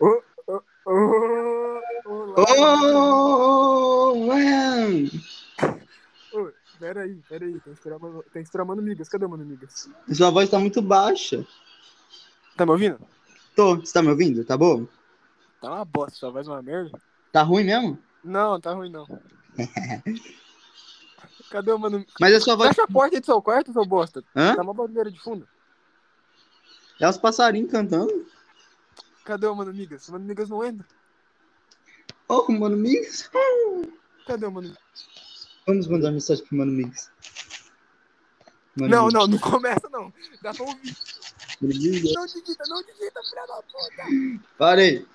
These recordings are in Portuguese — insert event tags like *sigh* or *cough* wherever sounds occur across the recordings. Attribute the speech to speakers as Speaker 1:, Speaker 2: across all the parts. Speaker 1: Oh,
Speaker 2: Peraí, tem que tirar, Mano- tem que tirar Mano Migas. Cadê o Mano Migas?
Speaker 1: Sua voz tá muito baixa.
Speaker 2: Tá me ouvindo?
Speaker 1: Tô, você tá me ouvindo? Tá bom?
Speaker 2: Tá uma bosta, só mais uma merda.
Speaker 1: Tá ruim mesmo?
Speaker 2: Não, tá ruim não. Cadê o Mano
Speaker 1: Mas a sua voz.
Speaker 2: Fecha a porta aí do seu quarto, seu bosta.
Speaker 1: Hã?
Speaker 2: Tá uma barulheira de fundo.
Speaker 1: É os passarinhos cantando.
Speaker 2: Cadê o Mano Migas? O Mano Migas não entra.
Speaker 1: Ô, Oh, Mano Mix.
Speaker 2: Cadê o Mano Migas?
Speaker 1: Vamos mandar mensagem pro Mano Mix. Mano
Speaker 2: Não,
Speaker 1: Mix.
Speaker 2: não, não começa não. Dá pra ouvir.
Speaker 1: Mano Mix.
Speaker 2: Não digita, não digita, filha da puta.
Speaker 1: Parei.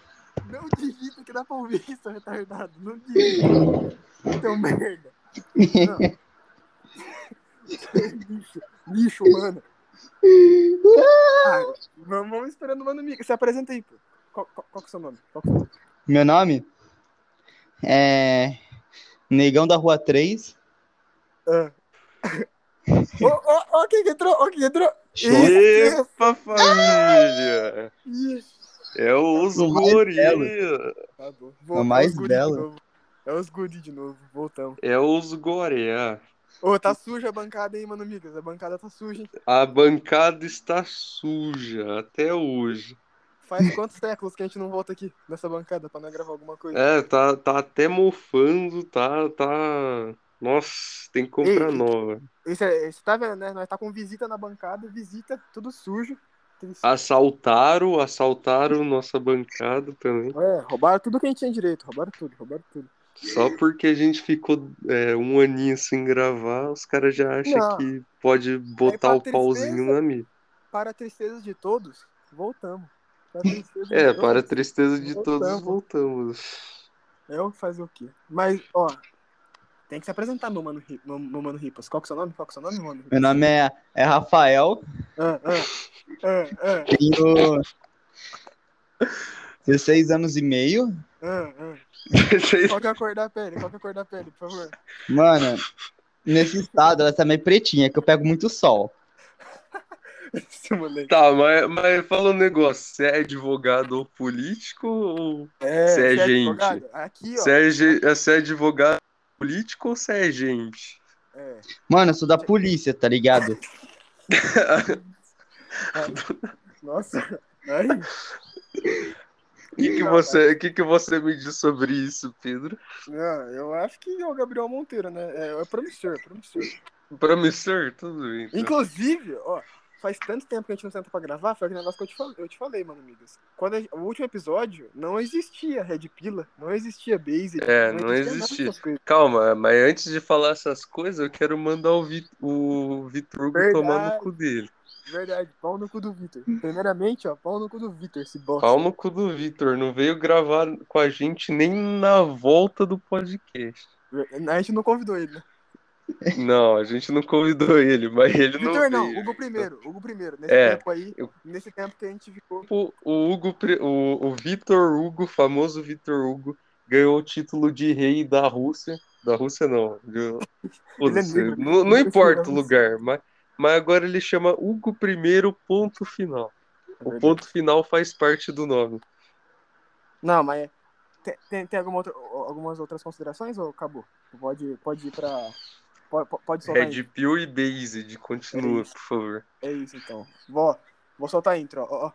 Speaker 2: Não digita que dá pra ouvir, seu retardado. Não digita. Seu merda. Não. lixo, lixo, mano. Ah, vamos, vamos esperando o Mano Migas. Se apresenta aí, pô. Qual, qual- qual que é o seu nome? Qual que é o seu nome?
Speaker 1: Meu nome é. Negão da Rua 3.
Speaker 2: Ah. Ô, ô, ô, quem que entrou? Ô, quem que entrou? Isso,
Speaker 3: Epa, família!
Speaker 2: isso.
Speaker 3: É os
Speaker 1: O mais
Speaker 3: guri!
Speaker 1: belo.
Speaker 2: Acabou.
Speaker 1: A mais
Speaker 2: os guri
Speaker 1: bela.
Speaker 2: de novo. É os guri de novo, voltamos.
Speaker 3: É os é. goreá.
Speaker 2: Ô, tá suja a bancada aí, mano, Migas. A bancada tá suja, hein?
Speaker 3: A bancada está suja até hoje.
Speaker 2: Faz quantos séculos que a gente não volta aqui nessa bancada pra não gravar alguma coisa?
Speaker 3: É, tá, tá até mofando, tá, tá... Nossa, tem que comprar
Speaker 2: Ei.
Speaker 3: nova.
Speaker 2: Você tá vendo, né? Nós tá com visita na bancada, visita, tudo sujo. Triste.
Speaker 3: Ah. Assaltaram, assaltaram nossa bancada também.
Speaker 2: É, roubaram tudo que a gente tinha direito, roubaram tudo, roubaram tudo.
Speaker 3: Só porque a gente ficou é, um aninho sem gravar, os caras já acham
Speaker 2: Não.
Speaker 3: que pode botar
Speaker 2: pra
Speaker 3: o pauzinho
Speaker 2: tristeza.
Speaker 3: na mira.
Speaker 2: Para a tristeza de todos, voltamos.
Speaker 3: *laughs*
Speaker 2: Para a tristeza de
Speaker 3: É,
Speaker 2: todos,
Speaker 3: para a tristeza de todos,
Speaker 2: Voltamos.
Speaker 3: voltamos.
Speaker 2: Eu fazer o quê? Mas, ó, tem que se apresentar, meu mano, Ri- meu, meu mano Ripas. Qual que é o seu nome? Qual que é o seu nome, mano?
Speaker 1: Meu nome é, é Rafael.
Speaker 2: Ah, ah, ah,
Speaker 1: Tenho 16 anos e meio.
Speaker 2: ah, ah, ah. Qual que é a cor da pele? Qual que é a cor da pele, por favor? *laughs*
Speaker 1: Mano, nesse estado ela tá meio pretinha, que eu pego muito sol.
Speaker 2: Esse moleque.
Speaker 3: *laughs* Tá, mas, mas fala um negócio. Você é advogado ou político? Ou...
Speaker 2: É,
Speaker 3: Cê é gente.
Speaker 2: advogado? Aqui, ó.
Speaker 3: Você, é, ge- você é advogado político ou você é gente?
Speaker 2: É.
Speaker 1: Mano, eu sou da polícia, tá ligado?
Speaker 2: Nossa. Ai,
Speaker 3: O que, que,
Speaker 2: Não,
Speaker 3: você, que, que você me diz sobre isso, Pedro?
Speaker 2: não, eu acho que é o Gabriel Monteiro, né? É, é promissor, é promissor.
Speaker 3: Promissor? Tudo bem. então.
Speaker 2: Inclusive, ó, faz tanto tempo que a gente não senta pra gravar, foi aquele negócio que eu te falei, eu te falei mano, amigas. Quando a gente- o último episódio, não existia Red Pila, não existia Base.
Speaker 3: É, não
Speaker 2: nada
Speaker 3: existia.
Speaker 2: dessas coisas.
Speaker 3: Calma, mas antes de falar essas coisas, eu quero mandar o, Vit, o Vitor Hugo
Speaker 2: Verdade.
Speaker 3: tomar no cu dele.
Speaker 2: Verdade, pau no cu do Vitor. Primeiramente, ó, pau no cu do Vitor, esse bosta.
Speaker 3: Pau no cu do Vitor. Não veio gravar com a gente nem na volta do podcast.
Speaker 2: *laughs* A gente não convidou ele, né?
Speaker 3: Não, a gente não convidou ele, mas ele não.
Speaker 2: Vitor não,
Speaker 3: veio.
Speaker 2: Hugo primeiro, Hugo primeiro. Nesse
Speaker 3: É,
Speaker 2: tempo aí,
Speaker 3: eu-
Speaker 2: nesse tempo que a gente ficou.
Speaker 3: O, o Hugo, pre- o, o Vitor Hugo, o famoso Vitor Hugo, ganhou o título de rei da Rússia. Da Rússia não. de- Foda-se,
Speaker 2: é negro,
Speaker 3: não, não
Speaker 2: ele é
Speaker 3: importa o
Speaker 2: da
Speaker 3: lugar, mas, mas agora ele chama Hugo I ponto final. O
Speaker 2: É Verdade.
Speaker 3: ponto final faz parte do nome.
Speaker 2: Não, mas tem, tem, tem alguma outra- algumas outras considerações ou acabou? Pode, pode ir pra. Pode, pode soltar aí.
Speaker 3: Red Pill e Based, continua,
Speaker 2: É
Speaker 3: por favor.
Speaker 2: É isso então. Vou, vou soltar a intro, ó, ó. ó.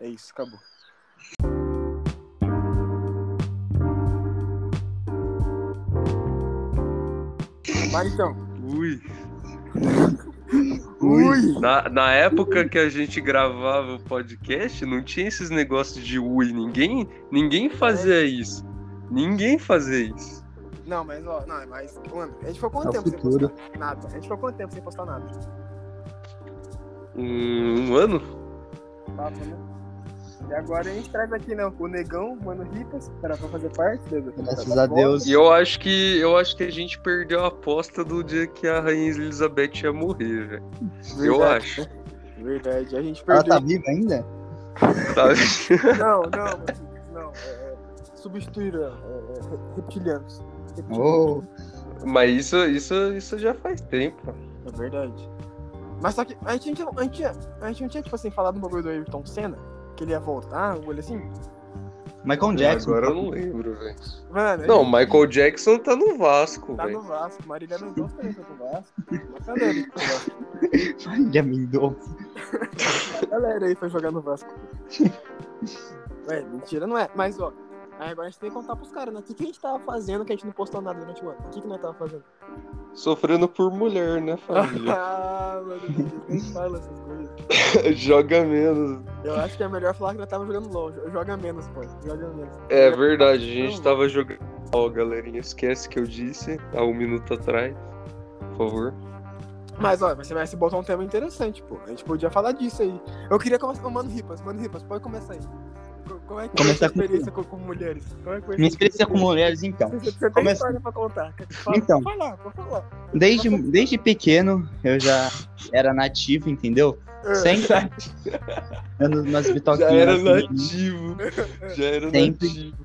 Speaker 2: É isso, acabou. Mas então.
Speaker 3: Ui.
Speaker 2: Ui!
Speaker 3: Na, na época que a gente gravava o podcast, não tinha esses negócios de ui, ninguém, ninguém fazia isso. Ninguém fazia isso.
Speaker 2: Não, mas ó, não, mas. Mano, a gente ficou quanto
Speaker 1: É o
Speaker 2: tempo sem
Speaker 1: futuro.
Speaker 2: postar nada? A gente ficou quanto tempo sem postar nada?
Speaker 3: Um, um ano?
Speaker 2: Papo, né? E agora a gente traz aqui, né? O Negão, o Mano Ripas, para fazer parte. né, Deus,
Speaker 1: Graças a Deus.
Speaker 3: E eu acho que eu acho que a gente perdeu a aposta do dia que a Rainha Elizabeth ia morrer, velho. Eu acho.
Speaker 2: né? Verdade, a gente
Speaker 1: Ela
Speaker 2: perdeu.
Speaker 1: tá viva ainda?
Speaker 3: Tá?
Speaker 2: Não, não, Matheus, não. É, é, substituíram é, é, reptilianos. Reptilianos.
Speaker 1: Oh,
Speaker 3: *laughs* Mas isso, isso, isso já faz tempo.
Speaker 2: É verdade. Mas só que a gente, não- a gente, a gente não tinha, tipo assim, falado um bagulho do Ayrton Senna, que ele ia voltar, um bagulho assim.
Speaker 1: Michael Jackson.
Speaker 3: Agora eu
Speaker 1: *laughs*
Speaker 3: não lembro, velho.
Speaker 2: Mano,
Speaker 3: Não, Michael Jackson tá no Vasco,
Speaker 2: É tá
Speaker 3: velho.
Speaker 2: no Vasco. Marília Mendonça entra com o Vasco. tá Uma galera aí com o Vasco.
Speaker 1: Marília Mendonça.
Speaker 2: A galera aí foi jogar no Vasco. *laughs* Ué, mentira, não é. Mas, ó, aí agora a gente tem que contar pros caras, né? O que, que a gente tava fazendo que a gente não postou nada durante o ano? O que, que nós tava fazendo?
Speaker 3: Sofrendo por mulher,
Speaker 2: *laughs*
Speaker 3: né, família? *laughs*
Speaker 2: ah, mano, nem fala essas coisas.
Speaker 3: Joga menos.
Speaker 2: Eu acho que é melhor falar que nós tava jogando LOL. Jo- Joga menos, pô. Joga menos.
Speaker 3: É verdade, a gente tava jogando. Ó, galerinha, esquece que eu disse há um minuto atrás. Por favor.
Speaker 2: Mas, ó, você vai se botar um tema interessante, pô. A gente podia falar disso aí. Eu queria começar. Ô, Mano Ripas, Mano Ripas, pode começar aí. Co- Como é que foi a sua
Speaker 1: Começar com-
Speaker 2: experiência com, com mulheres? Como é que foi
Speaker 1: Minha experiência com mulheres, então.
Speaker 2: Você, você tem
Speaker 1: Começa-
Speaker 2: história pra contar. Fala,
Speaker 1: Então.
Speaker 2: Vou falar, vou falar.
Speaker 1: Desde, desde pequeno eu já era nativo, entendeu?
Speaker 3: *laughs*
Speaker 1: Sempre. Eu no- nas
Speaker 3: É. Já
Speaker 1: bitoquinhas.
Speaker 3: era
Speaker 2: *laughs*
Speaker 1: assim,
Speaker 3: nativo. Já era
Speaker 1: Sempre.
Speaker 3: nativo.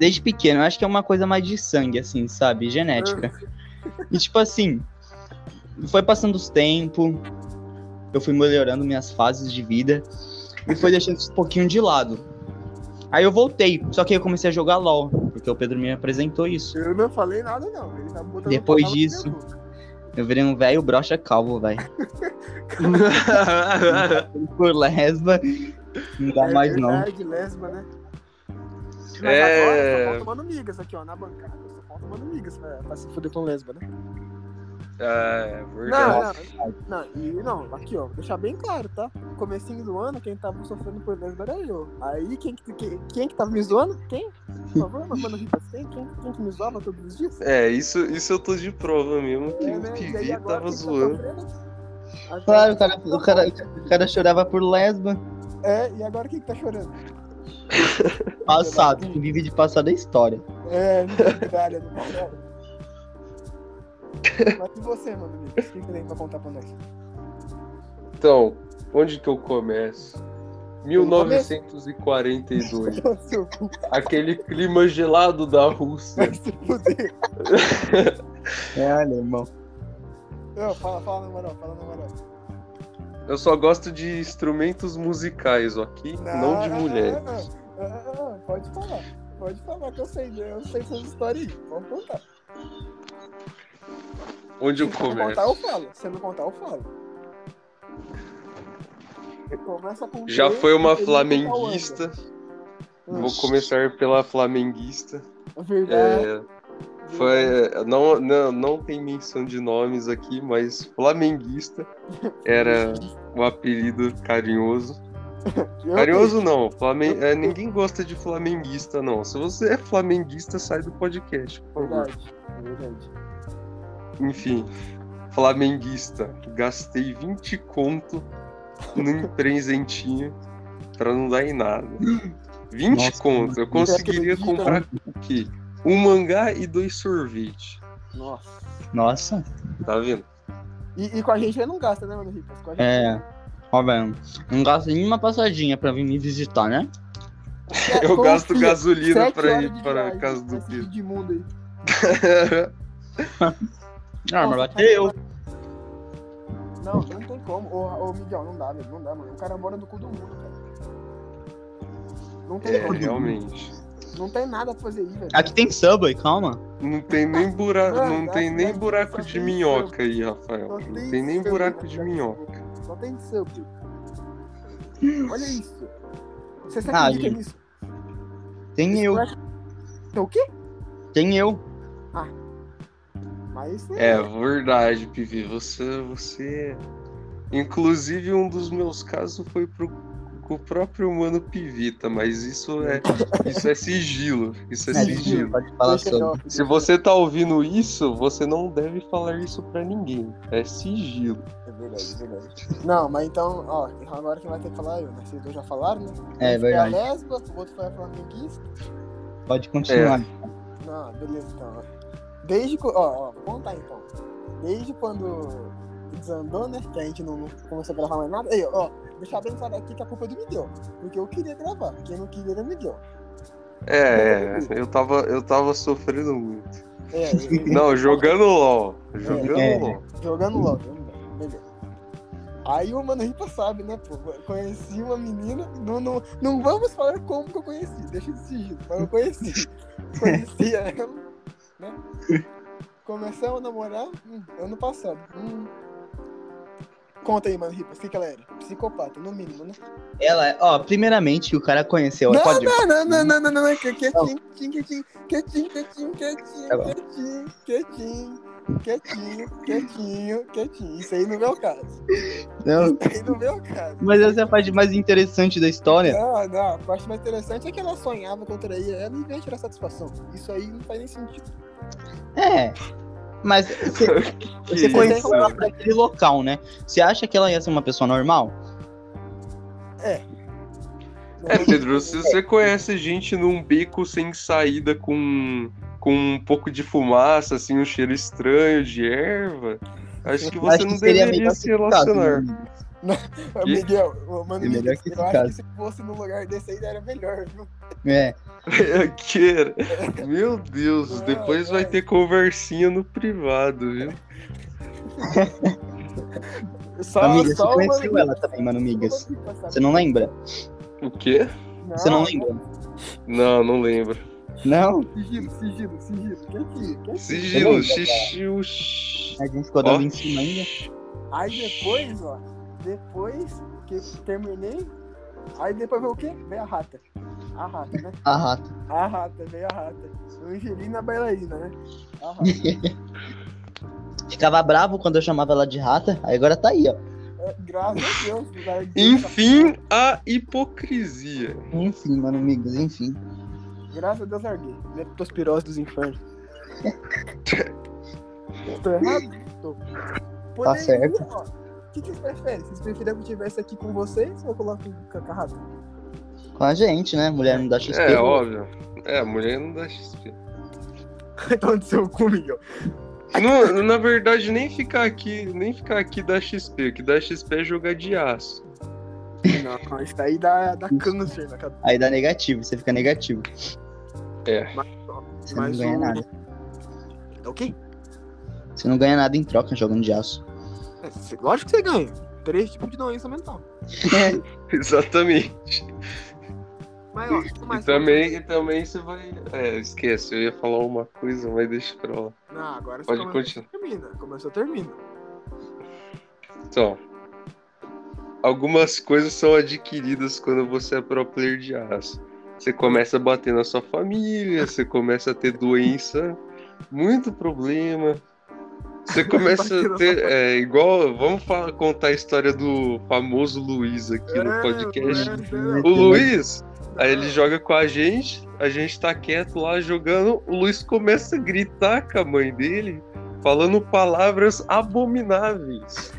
Speaker 1: desde pequeno. Eu acho que é uma coisa mais de sangue, assim, sabe? Genética. E tipo assim, foi passando os tempos, eu fui melhorando minhas fases de vida e foi deixando isso um pouquinho de lado. Aí eu voltei, só que aí eu comecei a jogar LOL, porque o Pedro me apresentou isso.
Speaker 2: Eu não falei nada, não. Ele tá botando
Speaker 1: Depois
Speaker 2: palavras
Speaker 1: disso.
Speaker 2: na minha boca.
Speaker 1: Eu virei um velho brocha calvo, velho. *laughs* Por lesba, não dá
Speaker 2: É
Speaker 1: mais não.
Speaker 2: verdade, lesma, né? Mas
Speaker 3: É.
Speaker 2: agora só falta tomando migas aqui, ó, na bancada. Só falta tomando migas pra, pra se fuder com lesba, né?
Speaker 3: Ah, é verdade.
Speaker 2: Não, não, não. E não, aqui, ó, vou deixar bem claro, tá? No comecinho do ano, quem tava sofrendo por lesba era eu. Aí, quem que, quem, quem que tava me zoando? Quem? Por favor, mano, Rita, quem, quem, quem que me zoava todos os dias? né?
Speaker 3: É, isso, isso eu tô de prova mesmo. Que o
Speaker 2: É E aí
Speaker 3: Pivi
Speaker 2: agora, quem
Speaker 3: tava
Speaker 2: tá
Speaker 3: zoando.
Speaker 2: sofrendo? Agora-
Speaker 1: Claro, o cara, o, cara, o cara chorava por lesba.
Speaker 2: É, e agora quem que tá chorando?
Speaker 1: Passado, quem vive de passado é história.
Speaker 2: É, medalha do Palmeiras. Mas e você, mano, Lucas? O que você tem pra contar pra nós? *laughs*
Speaker 3: Então, onde que eu começo? 1942.
Speaker 2: Seu cu
Speaker 3: aquele clima gelado da Rússia.
Speaker 2: vai se fuder.
Speaker 1: É, alemão.
Speaker 2: Não, fala, fala na moral, fala na moral.
Speaker 3: Eu só gosto de instrumentos musicais, ok? Não, de mulheres.
Speaker 2: não, não, não, não, Pode falar, pode falar que eu sei, eu sei essas histórias aí. Vamos contar.
Speaker 3: Onde eu
Speaker 2: Se não contar, eu
Speaker 3: começo?
Speaker 2: falo. Se não contar, eu falo. Começa com
Speaker 3: Já
Speaker 2: Deus,
Speaker 3: foi
Speaker 2: ele
Speaker 3: uma
Speaker 2: não tem qual
Speaker 3: flamenguista.
Speaker 2: anda.
Speaker 3: Vou começar pela flamenguista.
Speaker 2: Verdade.
Speaker 3: É, foi, é, não, não, não tem menção de nomes aqui, mas flamenguista era o apelido carinhoso.
Speaker 2: Eu-
Speaker 3: Carinhoso não, Flamen... é, ninguém gosta de flamenguista, não. Se você é flamenguista, sai do podcast, por favor.
Speaker 2: Verdade, verdade.
Speaker 3: Enfim, flamenguista. Gastei 20 conto
Speaker 2: *laughs*
Speaker 3: num presentinho pra não dar em nada. 20
Speaker 1: Nossa,
Speaker 3: conto. Eu conseguiria
Speaker 2: acredito, né?
Speaker 3: comprar o quê? Um mangá e dois sorvete.
Speaker 2: Nossa.
Speaker 1: Nossa.
Speaker 3: Tá vendo?
Speaker 2: E, e com a gente ele não gasta, né, mano, Ricas? Com a gente
Speaker 1: É. Ó, velho, não gasta nenhuma passadinha pra vir me visitar, né?
Speaker 2: É,
Speaker 3: *laughs* Eu
Speaker 2: confia.
Speaker 3: gasto gasolina
Speaker 2: Sete
Speaker 3: pra
Speaker 2: horas
Speaker 3: ir
Speaker 2: de
Speaker 3: pra
Speaker 2: viagem, assim.
Speaker 3: casa do
Speaker 2: esse *laughs*
Speaker 3: Pedro. É,
Speaker 2: Edmundo aí.
Speaker 1: Ah,
Speaker 2: Nossa,
Speaker 1: mas bateu.
Speaker 2: Não, não tem como. Ô, ô Miguel, não dá, velho. Não dá, mano. O cara mora no cu do mundo, cara. Não tem
Speaker 3: É,
Speaker 2: como.
Speaker 3: realmente.
Speaker 2: Não tem nada pra fazer aí, velho.
Speaker 1: Aqui tem Subway, calma.
Speaker 3: Não tem nem buraco,
Speaker 2: Ah,
Speaker 3: não
Speaker 2: dá-
Speaker 3: tem
Speaker 2: dá-
Speaker 3: nem
Speaker 2: dá-
Speaker 3: buraco
Speaker 2: só
Speaker 3: de
Speaker 2: tem
Speaker 3: minhoca aí, Rafael.
Speaker 2: Só
Speaker 3: Não tem nem
Speaker 2: seu,
Speaker 3: buraco
Speaker 2: né,
Speaker 3: de
Speaker 2: cara?
Speaker 3: minhoca.
Speaker 2: Só tem seu, filho. Olha isso. Você se
Speaker 1: Ah,
Speaker 2: acredita
Speaker 1: gente.
Speaker 2: nisso?
Speaker 1: Tem eu,
Speaker 2: Então o quê?
Speaker 1: tem eu.
Speaker 2: Mas isso
Speaker 3: É verdade, Pivi. Você, você. Inclusive, um dos meus casos foi pro, com o próprio mano Pivita, mas isso é, isso é sigilo. Isso é
Speaker 2: É,
Speaker 3: sigilo.
Speaker 1: Pode falar
Speaker 2: deixa
Speaker 1: sobre.
Speaker 2: eu-
Speaker 3: Se você tá ouvindo isso, você não deve falar isso pra ninguém. É sigilo.
Speaker 2: É verdade, é verdade. Não, mas então, ó, agora quem vai ter que falar é eu, né? Vocês dois já falaram, né?
Speaker 1: É
Speaker 2: Foi a
Speaker 1: verdade,
Speaker 2: lesba, o outro foi a flamenguista.
Speaker 1: pode
Speaker 3: É.
Speaker 1: continuar.
Speaker 2: Não, beleza, então. ó. Desde que. Ó, ó, vou contar então. Desde quando desandou, né? Que a gente não, não começou a gravar mais nada. Aí, ó, deixar bem claro aqui que a culpa é do Miguel. Porque eu queria gravar. Quem não queria era o Miguel.
Speaker 3: É, é, eu tava, eu tava sofrendo muito.
Speaker 2: É,
Speaker 1: *laughs*
Speaker 2: eu-
Speaker 3: Não, jogando LOL. Jogando
Speaker 1: É.
Speaker 3: LOL.
Speaker 2: Jogando LOL, jogando LOL. Beleza. Aí o Mano Ripa sabe, né, pô? Conheci uma menina, não, não, não vamos falar como que eu conheci, deixa esse sigilo, mas eu *laughs* conheci. Conheci ela, né? Começamos a namorar hum, ano passado. Hum. Conta aí, Mano Ripa, o que, que ela era? Psicopata, no mínimo, né?
Speaker 1: Ela, é, ó, primeiramente o cara conheceu.
Speaker 2: Não,
Speaker 1: pode...
Speaker 2: Ah, não, não, não, não, não, não, não, quietinho, quietinho, quietinho, quietinho, quietinho,
Speaker 1: Tá bom.
Speaker 2: quietinho, quietinho. Quietinho, quietinho, quietinho. Isso aí no meu caso.
Speaker 1: não.
Speaker 2: Isso aí no meu caso.
Speaker 1: Mas essa é a parte mais interessante da história.
Speaker 2: Não, não, a parte mais interessante é que ela sonhava que eu traía ela e veio tirar satisfação. Isso aí não faz nem sentido.
Speaker 1: É. Mas
Speaker 3: *laughs*
Speaker 1: você, você
Speaker 2: Que
Speaker 1: conheceu
Speaker 2: isso?
Speaker 1: ela pra aquele local, né? Você acha que ela ia ser uma pessoa normal?
Speaker 3: É, Pedro, se você conhece gente num bico sem saída com, com um pouco de fumaça, assim, um cheiro estranho de erva, acho que
Speaker 1: Eu acho
Speaker 3: você não
Speaker 1: seria
Speaker 3: deveria
Speaker 1: melhor
Speaker 3: se
Speaker 1: ter ficado,
Speaker 3: *laughs* relacionar.
Speaker 1: né?
Speaker 2: Ô, Miguel, ô, mano,
Speaker 1: É melhor que
Speaker 2: eu
Speaker 1: esse
Speaker 2: acho
Speaker 1: caso.
Speaker 2: que se fosse no lugar desse aí era melhor, viu?
Speaker 1: É.
Speaker 3: Queira. Meu Deus, depois vai ter conversinha no privado, viu?
Speaker 2: Só,
Speaker 1: Amigas, você
Speaker 2: o
Speaker 1: conheceu
Speaker 2: Mano-
Speaker 1: ela também, mano, amigas.
Speaker 2: Só o Mano Ripa,
Speaker 1: Você
Speaker 2: sabe?
Speaker 1: não lembra?
Speaker 3: O quê?
Speaker 1: Você não lembra?
Speaker 3: Não, não lembro.
Speaker 1: Não?
Speaker 2: Sigilo, sigilo, sigilo. Quietinho, quietinho.
Speaker 3: Sigilo, xixi, uxi.
Speaker 1: A gente ficou
Speaker 3: Ó.
Speaker 1: dando em cima ainda.
Speaker 2: Aí depois, ó, depois que terminei, aí depois veio o quê? Veio a rata. A rata, né?
Speaker 1: A rata.
Speaker 2: A rata, veio a rata. Angelina bailarina, né? A rata.
Speaker 1: *laughs* Ficava bravo quando eu chamava ela de rata. Aí agora tá aí, ó.
Speaker 2: É, Graças a
Speaker 1: *laughs*
Speaker 2: Deus. larguei essa-
Speaker 3: Enfim, a hipocrisia.
Speaker 1: Enfim, mano, amigos, enfim.
Speaker 2: Graças a Deus larguei. Leptospirose dos infernos.
Speaker 1: *laughs*
Speaker 2: Tô errado? Tô. Poderia,
Speaker 1: Tá certo.
Speaker 2: ó. O que, que vocês preferem? Vocês preferiam que eu estivesse aqui com vocês ou eu coloco com a rata?
Speaker 1: Com a gente, né? Mulher não dá XP.
Speaker 3: É, óbvio. É, a mulher não dá XP.
Speaker 2: *laughs* Então, do seu cu, Miguel.
Speaker 3: Não, na verdade, nem ficar aqui, nem ficar aqui dá XP. O que dá XP é jogar de aço. *laughs*
Speaker 2: Não, isso daí dá, dá câncer na cabeça.
Speaker 1: Aí dá negativo, você fica negativo.
Speaker 3: É.
Speaker 1: Você
Speaker 2: Mas
Speaker 1: não ganha
Speaker 2: o-
Speaker 1: nada.
Speaker 2: Tá ok?
Speaker 1: Você não ganha nada em troca jogando de aço.
Speaker 2: É, cê- lógico que você ganha. Três tipos de doença mental.
Speaker 3: Exatamente.
Speaker 2: Mas, ó, tudo
Speaker 3: E
Speaker 2: mais.
Speaker 3: também, e também você vai. É, esquece, eu ia falar uma coisa, mas deixa pra lá.
Speaker 2: Não, agora
Speaker 3: Pode
Speaker 2: você
Speaker 3: continuar.
Speaker 2: termina. Começou, termina.
Speaker 3: Então. Algumas coisas são adquiridas quando você é pro player de aço. Você começa a bater na sua família, você começa a ter doença, muito problema.
Speaker 2: *laughs*
Speaker 3: Você começa
Speaker 2: Bater na
Speaker 3: a ter. É igual. Vamos falar, contar a história do famoso Luiz aqui no podcast.
Speaker 2: É, é,
Speaker 3: O Luiz, aí
Speaker 2: é.
Speaker 3: ele joga com a gente, a gente tá quieto lá jogando, o Luiz começa a gritar com a mãe dele, falando palavras abomináveis.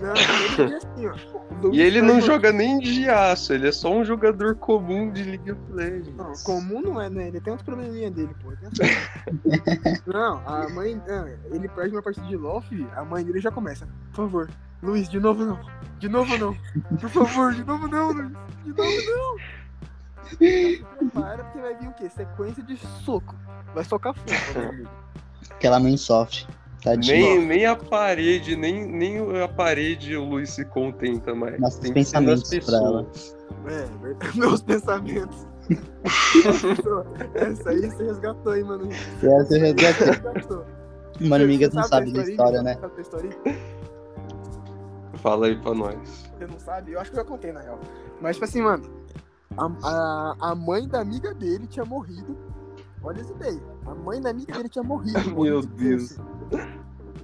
Speaker 2: Não, ele é assim, ó. Luiz
Speaker 3: E ele não
Speaker 2: Fernando-
Speaker 3: joga nem de aço, ele é só um jogador comum de League of
Speaker 2: Não,
Speaker 3: Legends.
Speaker 2: comum não é, né? Ele tem uns probleminha dele, pô. Tem uns- *laughs* não, a mãe. ah, Ele perde uma partida de LOL, fi, a mãe dele já começa. Por favor, Luiz, de novo não. De novo não. Por favor, de novo não, Luiz. De novo
Speaker 3: *laughs*
Speaker 2: não. Prepara, porque vai vir o quê? Sequência de soco. Vai socar fogo, meu amigo.
Speaker 1: Aquela mãe sofre. Tadinho.
Speaker 3: Nem, nem a parede, nem, nem a parede o Luiz se contenta mais.
Speaker 1: Nossos
Speaker 3: Tem que ser nas
Speaker 1: pensamentos pra ela.
Speaker 3: pessoas.
Speaker 2: É, verdade. *laughs* meus
Speaker 1: *laughs*
Speaker 2: pensamentos. Essa aí você resgatou, hein,
Speaker 1: *laughs*
Speaker 2: mano.
Speaker 1: Essa eu já
Speaker 2: *laughs*
Speaker 1: dei até.
Speaker 2: Resgatou.
Speaker 1: Mano, amigas
Speaker 2: Você
Speaker 1: não sabe
Speaker 2: da
Speaker 1: da história,
Speaker 2: Miguel?
Speaker 1: né?
Speaker 2: Sabe da história então. aí?
Speaker 3: Fala aí pra nós.
Speaker 2: Você não sabe? Eu acho que eu já contei, na real. Mas, tipo assim, mano, a, a, a mãe da amiga dele tinha morrido. Olha essa ideia. A mãe da amiga dele tinha morrido.
Speaker 3: *laughs* Meu
Speaker 2: morreu de
Speaker 3: Deus.
Speaker 2: câncer.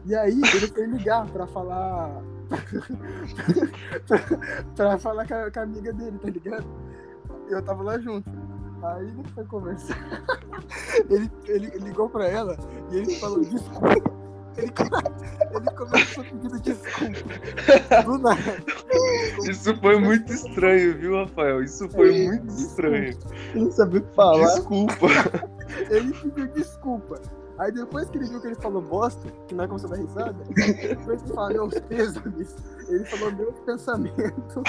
Speaker 2: E aí, ele foi ligar pra falar. *laughs* pra falar com a, com a amiga dele, tá ligado? Eu tava lá junto. Aí ele foi conversar. *laughs* ele, ele ligou pra ela e ele falou desculpa. Ele, *laughs* ele começou pedindo desculpa. Do nada.
Speaker 3: Isso foi muito estranho, viu, Rafael? Isso foi muito estranho.
Speaker 1: Eu não sabia o que falar.
Speaker 3: Desculpa.
Speaker 2: Ele pediu desculpa. Aí depois que ele viu que ele falou bosta, que nós começamos a dar risada, depois ele falou meus pêsames, ele falou meus pensamentos.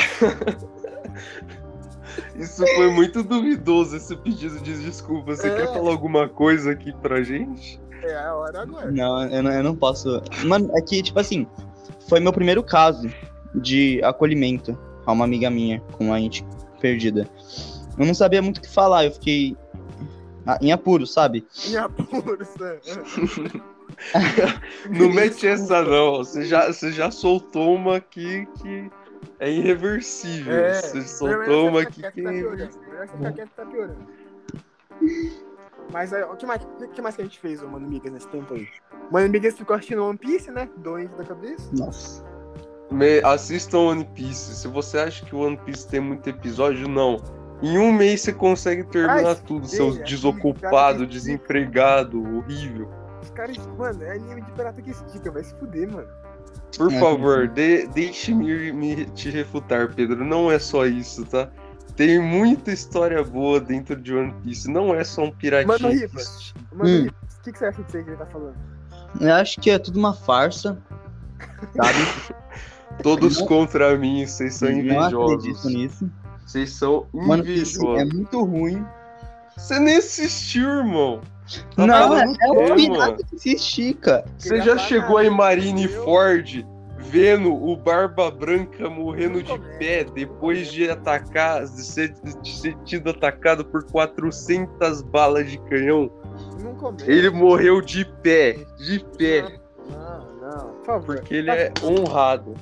Speaker 3: Isso foi muito duvidoso, esse pedido de desculpa. Você
Speaker 2: É.
Speaker 3: quer falar alguma coisa aqui pra gente?
Speaker 2: É a hora agora.
Speaker 1: Não, eu não, eu não posso. Mano, é que, tipo assim, foi meu primeiro caso de acolhimento a uma amiga minha com uma ente perdida. Eu não sabia muito o que falar, eu fiquei ah, em apuro, sabe?
Speaker 2: E a porça.
Speaker 3: *laughs*
Speaker 2: *laughs*
Speaker 3: Não mete essa, não. Você já, você já soltou uma aqui que é irreversível. você soltou uma aqui que.
Speaker 2: Tá piorando. Melhor você ficar quieto que tá piorando. Mas aí, o que mais, o que mais que a gente fez, ô, Mano Migas, nesse tempo aí? Mano Migas ficou assistindo One Piece, né? Doente da cabeça.
Speaker 1: Nossa.
Speaker 3: Me- assistam One Piece. Se você acha que One Piece tem muito episódio, não. Em um mês você consegue terminar
Speaker 2: Ai,
Speaker 3: tudo,
Speaker 2: que
Speaker 3: seu
Speaker 2: ideia,
Speaker 3: desocupado,
Speaker 2: que-
Speaker 3: desempregado, horrível.
Speaker 2: Os caras, mano, é anime de pirata que estica, vai se fuder, mano.
Speaker 3: Por
Speaker 1: É,
Speaker 3: favor, de- deixe-me me- te refutar, Pedro. Não é só isso, tá? Tem muita história boa dentro de One Piece. Não é só um piratinho.
Speaker 2: Mano,
Speaker 3: que
Speaker 2: Riva.
Speaker 3: s-
Speaker 2: Mano,
Speaker 1: Hum.
Speaker 2: o que, que você acha disso aí que ele tá falando?
Speaker 1: Eu acho que é tudo uma farsa, *laughs* sabe?
Speaker 3: Todos
Speaker 1: Não-
Speaker 3: contra mim, vocês são
Speaker 1: não acredito
Speaker 3: invejosos.
Speaker 1: nisso.
Speaker 3: Vocês são
Speaker 1: Mano, isso é
Speaker 3: invejosos.
Speaker 1: muito ruim.
Speaker 3: Você nem assistiu, irmão. Tá
Speaker 1: não, é,
Speaker 3: falando
Speaker 1: é
Speaker 3: o quê,
Speaker 1: um
Speaker 3: mano?
Speaker 1: pirata que se estica.
Speaker 3: Você já chegou em Marineford vendo o Barba Branca morrendo de pé depois de atacar, de ser, de ser tido atacado por 400 balas de canhão?
Speaker 2: Não comenta.
Speaker 3: Ele morreu de pé, de pé,
Speaker 2: Não, não. Por favor.
Speaker 3: porque ele é honrado.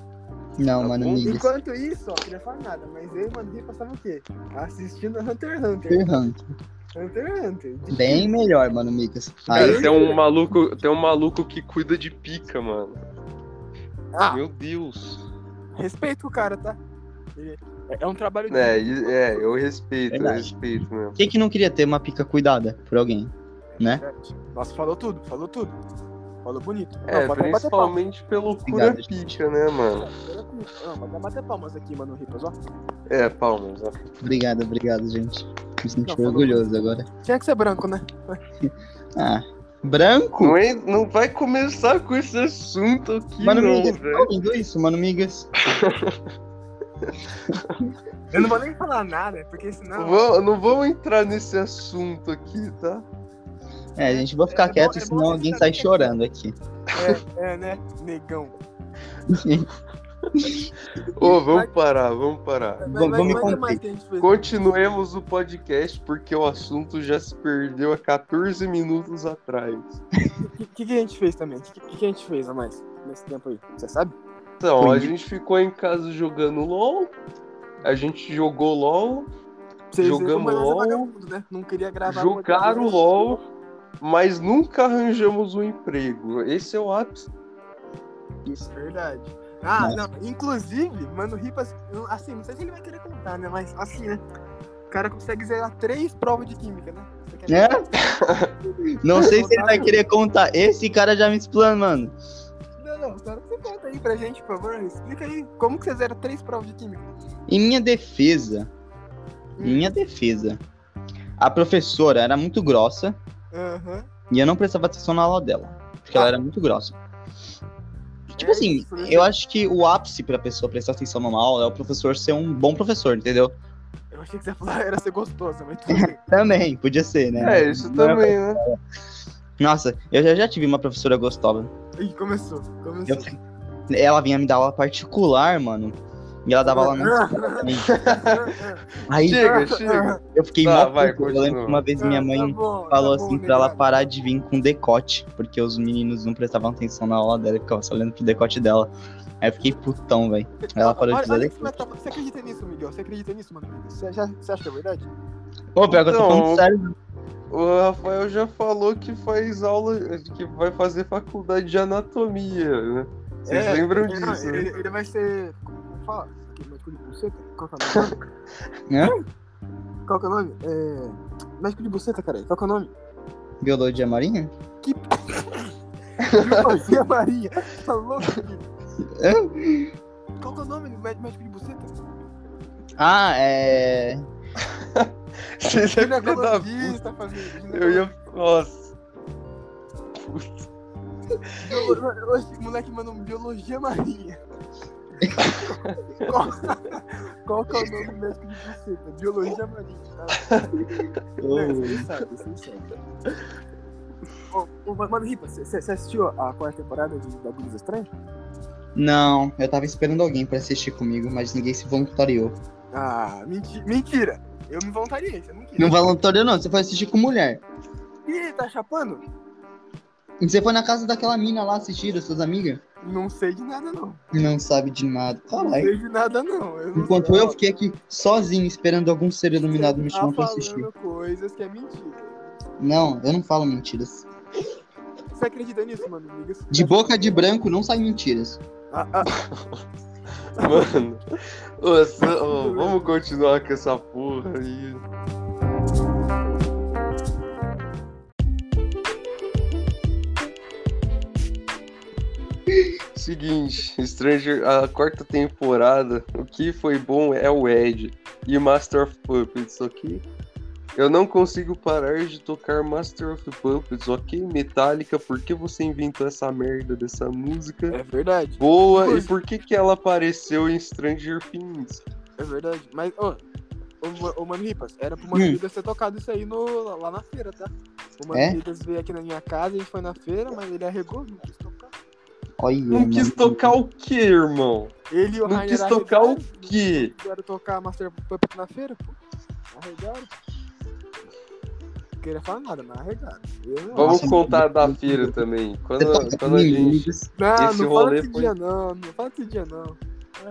Speaker 1: Não,
Speaker 3: Tá
Speaker 1: mano,
Speaker 3: bom.
Speaker 1: amigos.
Speaker 2: Enquanto isso, ó, queria falar nada, mas eu e o Mano Riva passava o quê? Assistindo Hunter x Hunter.
Speaker 1: Ferrando.
Speaker 2: Hunter x Hunter. De-
Speaker 1: Bem melhor, mano, Micas. Aí,
Speaker 3: Cara, tem um maluco, tem um maluco que cuida de pica, mano.
Speaker 2: Ah,
Speaker 3: Meu Deus.
Speaker 2: respeito o cara, tá? Ele- É, é um trabalho de.
Speaker 3: É, e- é, eu respeito, eu
Speaker 1: Verdade.
Speaker 3: respeito mesmo.
Speaker 1: quem que não queria ter uma pica cuidada por alguém? né?
Speaker 2: É. Nossa, falou tudo, falou tudo. Falou bonito.
Speaker 3: É,
Speaker 2: não, pode bater palma.
Speaker 3: principalmente pelo
Speaker 1: Obrigado,
Speaker 3: cura pica, né, mano?
Speaker 2: Não, pode bater palmas aqui, Mano Ripas, ó.
Speaker 3: É, palmas, ó.
Speaker 1: Obrigado, obrigado, gente. Me senti
Speaker 2: Não, falou.
Speaker 1: orgulhoso agora.
Speaker 2: Tinha que ser branco, né?
Speaker 1: Ah, branco?
Speaker 3: Não, é- não vai começar com esse assunto aqui,
Speaker 1: Mano,
Speaker 3: não,
Speaker 1: Migas, tá
Speaker 3: velho.
Speaker 1: ouvindo isso, mano, Migas?
Speaker 2: Eu não vou nem falar nada, porque senão.
Speaker 3: Vamos- não vamos entrar nesse assunto aqui, tá?
Speaker 1: É, gente, eu vou
Speaker 2: É
Speaker 1: ficar
Speaker 2: bom-
Speaker 1: quieto,
Speaker 2: é bom
Speaker 1: senão
Speaker 2: você
Speaker 1: alguém
Speaker 2: saber
Speaker 1: sai
Speaker 2: que é
Speaker 1: chorando aqui.
Speaker 2: É, é, né? Negão.
Speaker 3: Ô, vamos parar, vamos parar.
Speaker 2: Mas- mas-
Speaker 1: Vamos- vamos
Speaker 2: mas o que
Speaker 1: conter.
Speaker 2: mais que a gente fez?
Speaker 3: Continuemos o podcast porque o assunto já se perdeu há 14 minutos atrás.
Speaker 2: O que, que a gente fez também? O que, que- que a gente fez a mais nesse tempo aí? Você sabe?
Speaker 3: Então, a
Speaker 1: Entendi.
Speaker 3: gente ficou em casa jogando LOL. A gente jogou LOL,
Speaker 2: Vocês
Speaker 3: Jogamos
Speaker 2: mas nós é
Speaker 3: LOL,
Speaker 2: vagabundo, né? Não queria gravar. um
Speaker 3: jogaram
Speaker 2: episódio.
Speaker 3: LOL, mas nunca arranjamos um emprego. Esse é o ápice.
Speaker 2: Isso, verdade.
Speaker 3: Né?
Speaker 2: Ah,
Speaker 1: Nossa.
Speaker 2: não. Inclusive, mano, Ripas, eu- assim, não sei se ele vai querer contar, né? Mas assim, né? O cara consegue zerar três provas de química, né? Você quer-
Speaker 1: É? Não sei se ele vai querer contar. Esse cara já me explana, mano.
Speaker 2: Não, não, cara, você conta aí pra gente, por favor. Explica aí como que você zera três provas de química.
Speaker 1: Em minha defesa, em
Speaker 2: Hum.
Speaker 1: minha defesa, a professora era muito grossa
Speaker 2: Aham.
Speaker 1: e eu não prestava atenção na aula dela. Porque ela era muito grossa. Tipo
Speaker 2: Ah. É
Speaker 1: assim,
Speaker 2: isso, né?
Speaker 1: eu acho que o ápice pra pessoa prestar atenção numa aula é o professor ser um bom professor, entendeu?
Speaker 2: Eu achei que você ia falar era ser gostosa, mas tudo bem.
Speaker 1: Também, podia ser, né?
Speaker 3: É, isso
Speaker 1: Não
Speaker 3: também, né?
Speaker 1: Nossa, eu já, já tive uma professora gostosa.
Speaker 2: Ih, começou, começou.
Speaker 1: Eu fi- Ela vinha me dar aula particular, mano. E ela dava aula
Speaker 3: *laughs*
Speaker 1: na
Speaker 2: Ah,
Speaker 1: escola também. Aí
Speaker 2: *laughs*
Speaker 3: Chega, chega.
Speaker 1: eu fiquei
Speaker 3: Tá,
Speaker 1: mó
Speaker 3: vai,
Speaker 1: puto. Eu
Speaker 3: continua.
Speaker 1: lembro que uma vez
Speaker 2: Tá,
Speaker 1: minha mãe falou assim pra ela parar de vir com decote, porque os meninos não prestavam atenção na aula dela e ficavam só olhando pro decote dela. Aí eu fiquei putão, velho. Aí ela parou de
Speaker 2: olha,
Speaker 1: usar
Speaker 2: olha que
Speaker 1: decote.
Speaker 2: metáfora. tá- Você acredita nisso, Miguel? Você acredita nisso, mano? Você, já- você acha que é verdade?
Speaker 1: Ô, pior que eu tô
Speaker 3: Então,
Speaker 1: falando sério.
Speaker 3: O Rafael já falou que faz aula, que vai fazer faculdade de anatomia, né? Vocês
Speaker 2: É,
Speaker 3: lembram
Speaker 2: ele- não,
Speaker 3: *laughs* disso, né?
Speaker 2: ele, ele vai ser. Como fala? Que médico de buceta? Qual que é o nome?
Speaker 1: *laughs* Hã?
Speaker 2: Qual que é o nome? É... Médico de buceta, cara. Qual que é o nome?
Speaker 1: Biologia marinha?
Speaker 2: Biologia *laughs* Maria. Tá louco, filho? Qual que é o nome do mé- médico de buceta?
Speaker 1: Ah, é.
Speaker 3: Vocês é filho da puta.
Speaker 2: Ginecologista, família.
Speaker 3: Eu ia. Nossa.
Speaker 2: Eu- eu- Esse moleque manda um Biologia Maria. qual, qual que é o nome do médico de buceta? Biologia Maria. Ah, não,
Speaker 1: ô,
Speaker 2: Você sabe, você sabe. Ô, ô, ma- mano, Ripa, você você assistiu a quarta temporada de, da Blusa Estranha?
Speaker 1: Não, eu tava esperando alguém pra assistir comigo, mas ninguém se voluntariou.
Speaker 2: Ah, menti mentira. Eu me voluntaria, você não quis.
Speaker 1: Não voluntariou, não, você foi assistir com mulher.
Speaker 2: Ih, tá chapando?
Speaker 1: E Você foi na casa daquela mina lá assistir, das suas amigas?
Speaker 2: Não sei de nada, não.
Speaker 1: Não sabe de nada.
Speaker 2: Não
Speaker 1: Caralho.
Speaker 2: sei de nada, não. não
Speaker 1: Tá Enquanto
Speaker 2: sei.
Speaker 1: eu fiquei aqui sozinho esperando algum ser iluminado me
Speaker 2: Tá
Speaker 1: chamar pra
Speaker 2: falando
Speaker 1: assistir.
Speaker 2: coisas que é mentira.
Speaker 1: Não, eu não falo mentiras.
Speaker 2: Você acredita nisso, mano, amigo? Isso
Speaker 1: De
Speaker 2: tá-
Speaker 1: boca de branco não saem mentiras.
Speaker 2: Ah, ah,
Speaker 3: Mano, ô, Sam, ô, vamos continuar com essa porra aí. Seguinte, Stranger, a quarta temporada, o que foi bom é o Ed e Master of Puppets, ok? Eu não consigo parar de tocar Master of Puppets, ok? Metallica, por que você inventou essa merda dessa música?
Speaker 2: é verdade,
Speaker 3: boa e
Speaker 2: Coisa.
Speaker 3: por que que ela apareceu em Stranger Things?
Speaker 2: é verdade. Mas, ô, ô, ma- ô, mano Ripas, era pro Mano
Speaker 1: Hum.
Speaker 2: Ripas ter tocado isso aí no, lá na feira, tá? O Mano
Speaker 1: É?
Speaker 2: Ripas veio aqui na minha casa, a gente foi na feira, mas ele arregou, não quis tocar.
Speaker 1: Olha,
Speaker 3: Não quis
Speaker 1: mano.
Speaker 3: tocar o que, irmão?
Speaker 2: Ele e o
Speaker 3: Não
Speaker 2: Rainer
Speaker 3: quis tocar o
Speaker 2: arregaram,
Speaker 3: que?
Speaker 2: não Quiseram tocar Master Puppet na feira, pô. Arregaram. Não queria falar nada, mas arregaram. Eu não.
Speaker 3: Vamos
Speaker 1: Nossa, mano.
Speaker 3: contar da feira também. Quando,
Speaker 1: Você tá toca
Speaker 3: quando a gente.
Speaker 1: meninas.
Speaker 2: Não,
Speaker 3: Esse
Speaker 2: não fala
Speaker 3: rolê
Speaker 2: esse
Speaker 3: foi-
Speaker 2: dia não, não fala esse dia não.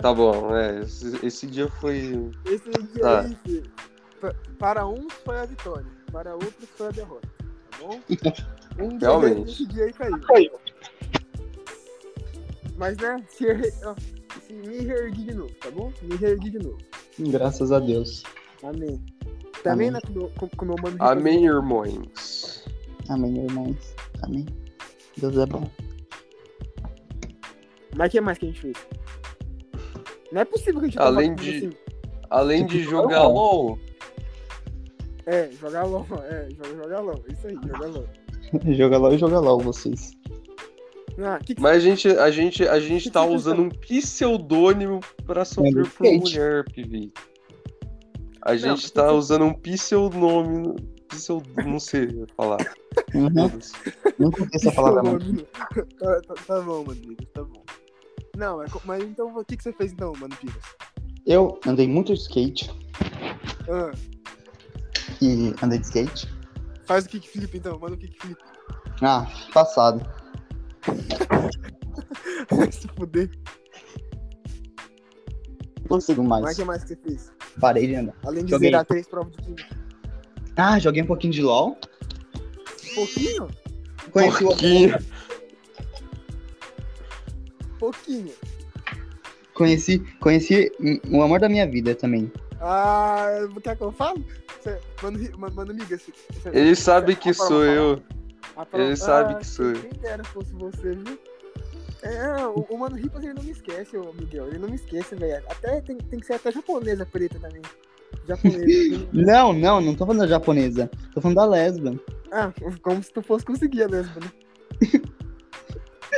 Speaker 3: Tá bom, é. Esse, esse dia foi.
Speaker 2: Esse dia
Speaker 3: Tá.
Speaker 2: aí, filho, pa- para uns foi a vitória, para outros foi a derrota, tá bom? Um dia
Speaker 3: Realmente.
Speaker 2: desse- esse dia aí caiu. Mas né, se, ergue- ó, se me reergui de novo, tá bom? Me reergui de novo.
Speaker 1: Graças a Deus.
Speaker 2: Amém. Também
Speaker 1: Amém.
Speaker 2: né, com meu- com com meu mano.
Speaker 3: Amém, irmãos.
Speaker 1: Amém, irmãos. Amém. Deus é bom.
Speaker 2: Mas o que mais que a gente fez? Não é possível que a gente
Speaker 3: Além
Speaker 2: tava
Speaker 3: de-
Speaker 2: assim,
Speaker 3: Além de jogar
Speaker 1: bom.
Speaker 3: LOL,
Speaker 2: É, jogar LOL, é, joga, joga LOL, isso aí, joga LOL.
Speaker 1: *laughs* joga LOL e joga LOL, vocês.
Speaker 2: Ah, que que
Speaker 3: mas a gente, a gente, a gente tá usando um pseudônimo pra sofrer por
Speaker 1: skate.
Speaker 3: mulher, Pivito. A gente
Speaker 2: mas
Speaker 3: tá
Speaker 2: você-
Speaker 3: usando um pseudônimo. Pseu... Não sei falar.
Speaker 1: Uhum.
Speaker 3: Foda-se.
Speaker 1: Não contei essa palavra, não.
Speaker 2: *laughs* tá, tá- tá bom, mano, Vidas, tá bom. Não, mas, co- mas então o que, que você fez então, mano, Vidas?
Speaker 1: Eu andei muito de skate.
Speaker 2: Ah,
Speaker 1: E andei de skate.
Speaker 2: faz o kickflip então, manda o *laughs* kickflip.
Speaker 1: Ah, passado.
Speaker 2: Se fuder.
Speaker 1: Não consigo
Speaker 2: Mas o
Speaker 3: é
Speaker 1: mais.
Speaker 2: que mais que você fez?
Speaker 1: Parei de andar.
Speaker 2: Além de
Speaker 1: Joguei.
Speaker 2: zerar três provas de química.
Speaker 1: Ah, joguei um pouquinho de LOL.
Speaker 2: Pouquinho?
Speaker 1: Conheci o,
Speaker 3: Porquinho.
Speaker 2: Pouquinho.
Speaker 1: conheci, conheci hum, o amor da minha vida também.
Speaker 2: Ah, quer que eu falo? Cê, mano, Ri- um mano, mano, amiga, cê- cê-
Speaker 3: Ele sabe
Speaker 2: a
Speaker 3: que
Speaker 2: prova
Speaker 3: sou
Speaker 2: fala-
Speaker 3: eu.
Speaker 2: a prova-
Speaker 3: ele sabe
Speaker 2: Ah,
Speaker 3: que sou eu.
Speaker 2: Quem dera fosse você, viu? É, o, o Mano Ripas ele não me esquece, ô Miguel. Ele não me esquece, velho. Até tem, tem que ser até japonesa preta também.
Speaker 3: *laughs*
Speaker 2: Japonesa. assim.
Speaker 1: Não, não, não tô falando da japonesa. Tô falando da lesba.
Speaker 2: Ah, como se tu fosse conseguir a lesba, né?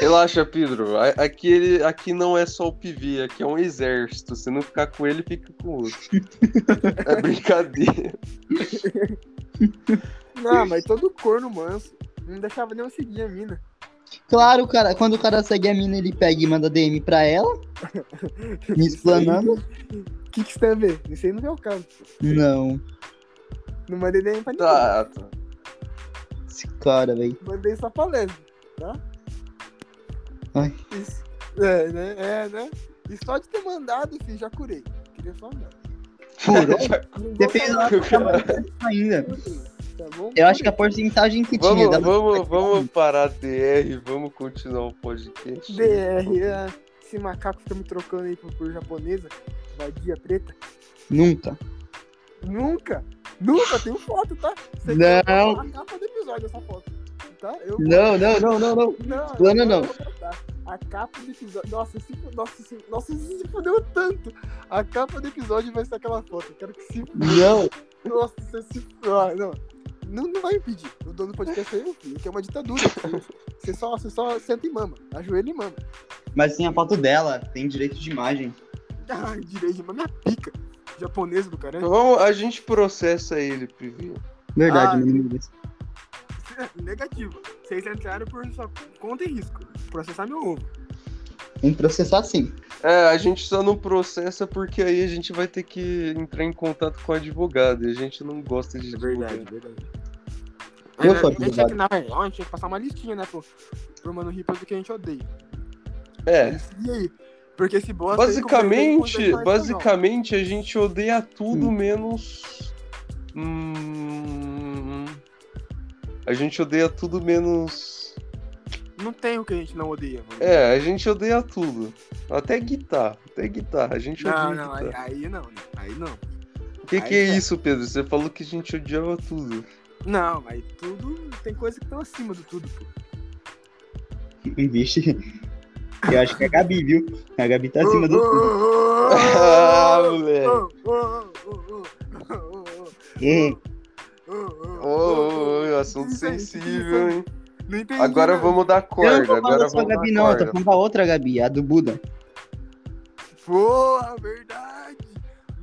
Speaker 3: Relaxa, Pedro. A- Aqui, ele, aqui não é só o PV, aqui é um exército. Se não ficar com ele, fica com o outro. é brincadeira.
Speaker 2: Não, mas todo corno manso. Não deixava nem eu seguir a mina.
Speaker 1: Claro, cara, quando o cara segue a mina, ele pega e manda DM pra
Speaker 3: *laughs*
Speaker 1: ela. Me explanando.
Speaker 2: O *laughs* que, que isso tem a ver? Isso aí não é o caso.
Speaker 1: Não.
Speaker 2: Não mandei nem pra ninguém.
Speaker 3: Tá, tá.
Speaker 1: Esse cara, velho.
Speaker 2: Mandei só pra lesbo, tá?
Speaker 1: Ai.
Speaker 2: Isso. É, né? É, né? E só de ter mandado, filho, já curei. Queria só não.
Speaker 1: Furou?
Speaker 3: *laughs*
Speaker 2: Não vou
Speaker 1: Depende
Speaker 2: falar
Speaker 1: ainda.
Speaker 2: Tá bom?
Speaker 1: Eu acho que a porcentagem que tinha.
Speaker 3: Vamos,
Speaker 1: dava-
Speaker 3: vamos, vamos parar a DR, vamos continuar o podcast.
Speaker 2: DR, é, esse macaco fica me trocando aí por, por japonesa, vadia preta.
Speaker 1: Nunca.
Speaker 2: Nunca, nunca, tenho foto, tá? Você
Speaker 1: Não.
Speaker 2: colocou A capa do episódio, essa foto. Tá? Eu
Speaker 1: Não, não, não, não, não.
Speaker 2: Não,
Speaker 1: Plano
Speaker 2: eu
Speaker 1: não.
Speaker 2: vou botar. A capa do episódio. Nossa, se, nossa, se, nossa, isso se fudeu tanto. A capa do episódio vai ser aquela foto. Eu quero que se.
Speaker 1: Não.
Speaker 2: Nossa, você se. Ah, não. não. Não vai impedir. O dono do podcast é eu, filho, que é uma ditadura. filho. Você só, você só senta e mama. Ajoelha e mama.
Speaker 1: Mas tem a foto dela, tem direito de imagem.
Speaker 2: Ah, direito de mama é pica. Japonesa do caramba.
Speaker 3: Vamos, a gente processa ele, PV.
Speaker 1: Verdade,
Speaker 2: Ah,
Speaker 1: meninas.
Speaker 2: é né? Negativo. Vocês entraram por sua conta e risco. Processar meu ovo.
Speaker 1: Tem que processar sim.
Speaker 3: É, a gente só não processa porque aí a gente vai ter que entrar em contato com o advogado. E a gente não gosta de
Speaker 2: É verdade,
Speaker 3: advogado.
Speaker 2: verdade.
Speaker 1: Eu
Speaker 2: Mas,
Speaker 1: sou
Speaker 2: a gente
Speaker 1: advogado.
Speaker 2: tinha que- na real, a gente tinha que passar uma listinha, né, pro, pro Mano Ripas do que a gente odeia.
Speaker 3: É.
Speaker 2: E aí? Porque esse bosta. aí,
Speaker 3: Basicamente,
Speaker 2: como eu falei,
Speaker 3: basicamente a gente odeia tudo
Speaker 1: Hum.
Speaker 3: menos. Hum, a gente odeia tudo menos.
Speaker 2: Não tem o que a gente não odeia, mano.
Speaker 3: É, a gente odeia tudo. Até guitarra. Até guitarra. A gente
Speaker 2: Não,
Speaker 3: odeia
Speaker 2: não, aí,
Speaker 3: guitarra.
Speaker 2: aí não, né? Aí não.
Speaker 3: O que, que
Speaker 2: aí
Speaker 3: é
Speaker 2: tá.
Speaker 3: isso, Pedro? Você falou que a gente odiava tudo.
Speaker 2: Não, mas tudo. Tem coisa que estão acima do tudo, pô.
Speaker 1: Vixe. Eu acho que é a Gabi, viu? A Gabi tá acima do tudo.
Speaker 3: ah, moleque.
Speaker 1: É,
Speaker 3: Ô, ô, ô, assunto
Speaker 2: Isso aí, isso aí,
Speaker 3: sensível,
Speaker 2: isso
Speaker 3: hein?
Speaker 2: Não entendi.
Speaker 3: Agora
Speaker 2: nada.
Speaker 3: vamos dar
Speaker 1: Eu não
Speaker 3: corda.
Speaker 1: tô
Speaker 3: Agora
Speaker 1: falando só a
Speaker 3: vamos
Speaker 1: Gabi,
Speaker 3: dar
Speaker 1: não. Eu tô
Speaker 3: corda.
Speaker 1: falando pra outra Gabi, a do Buda.
Speaker 2: Porra, verdade.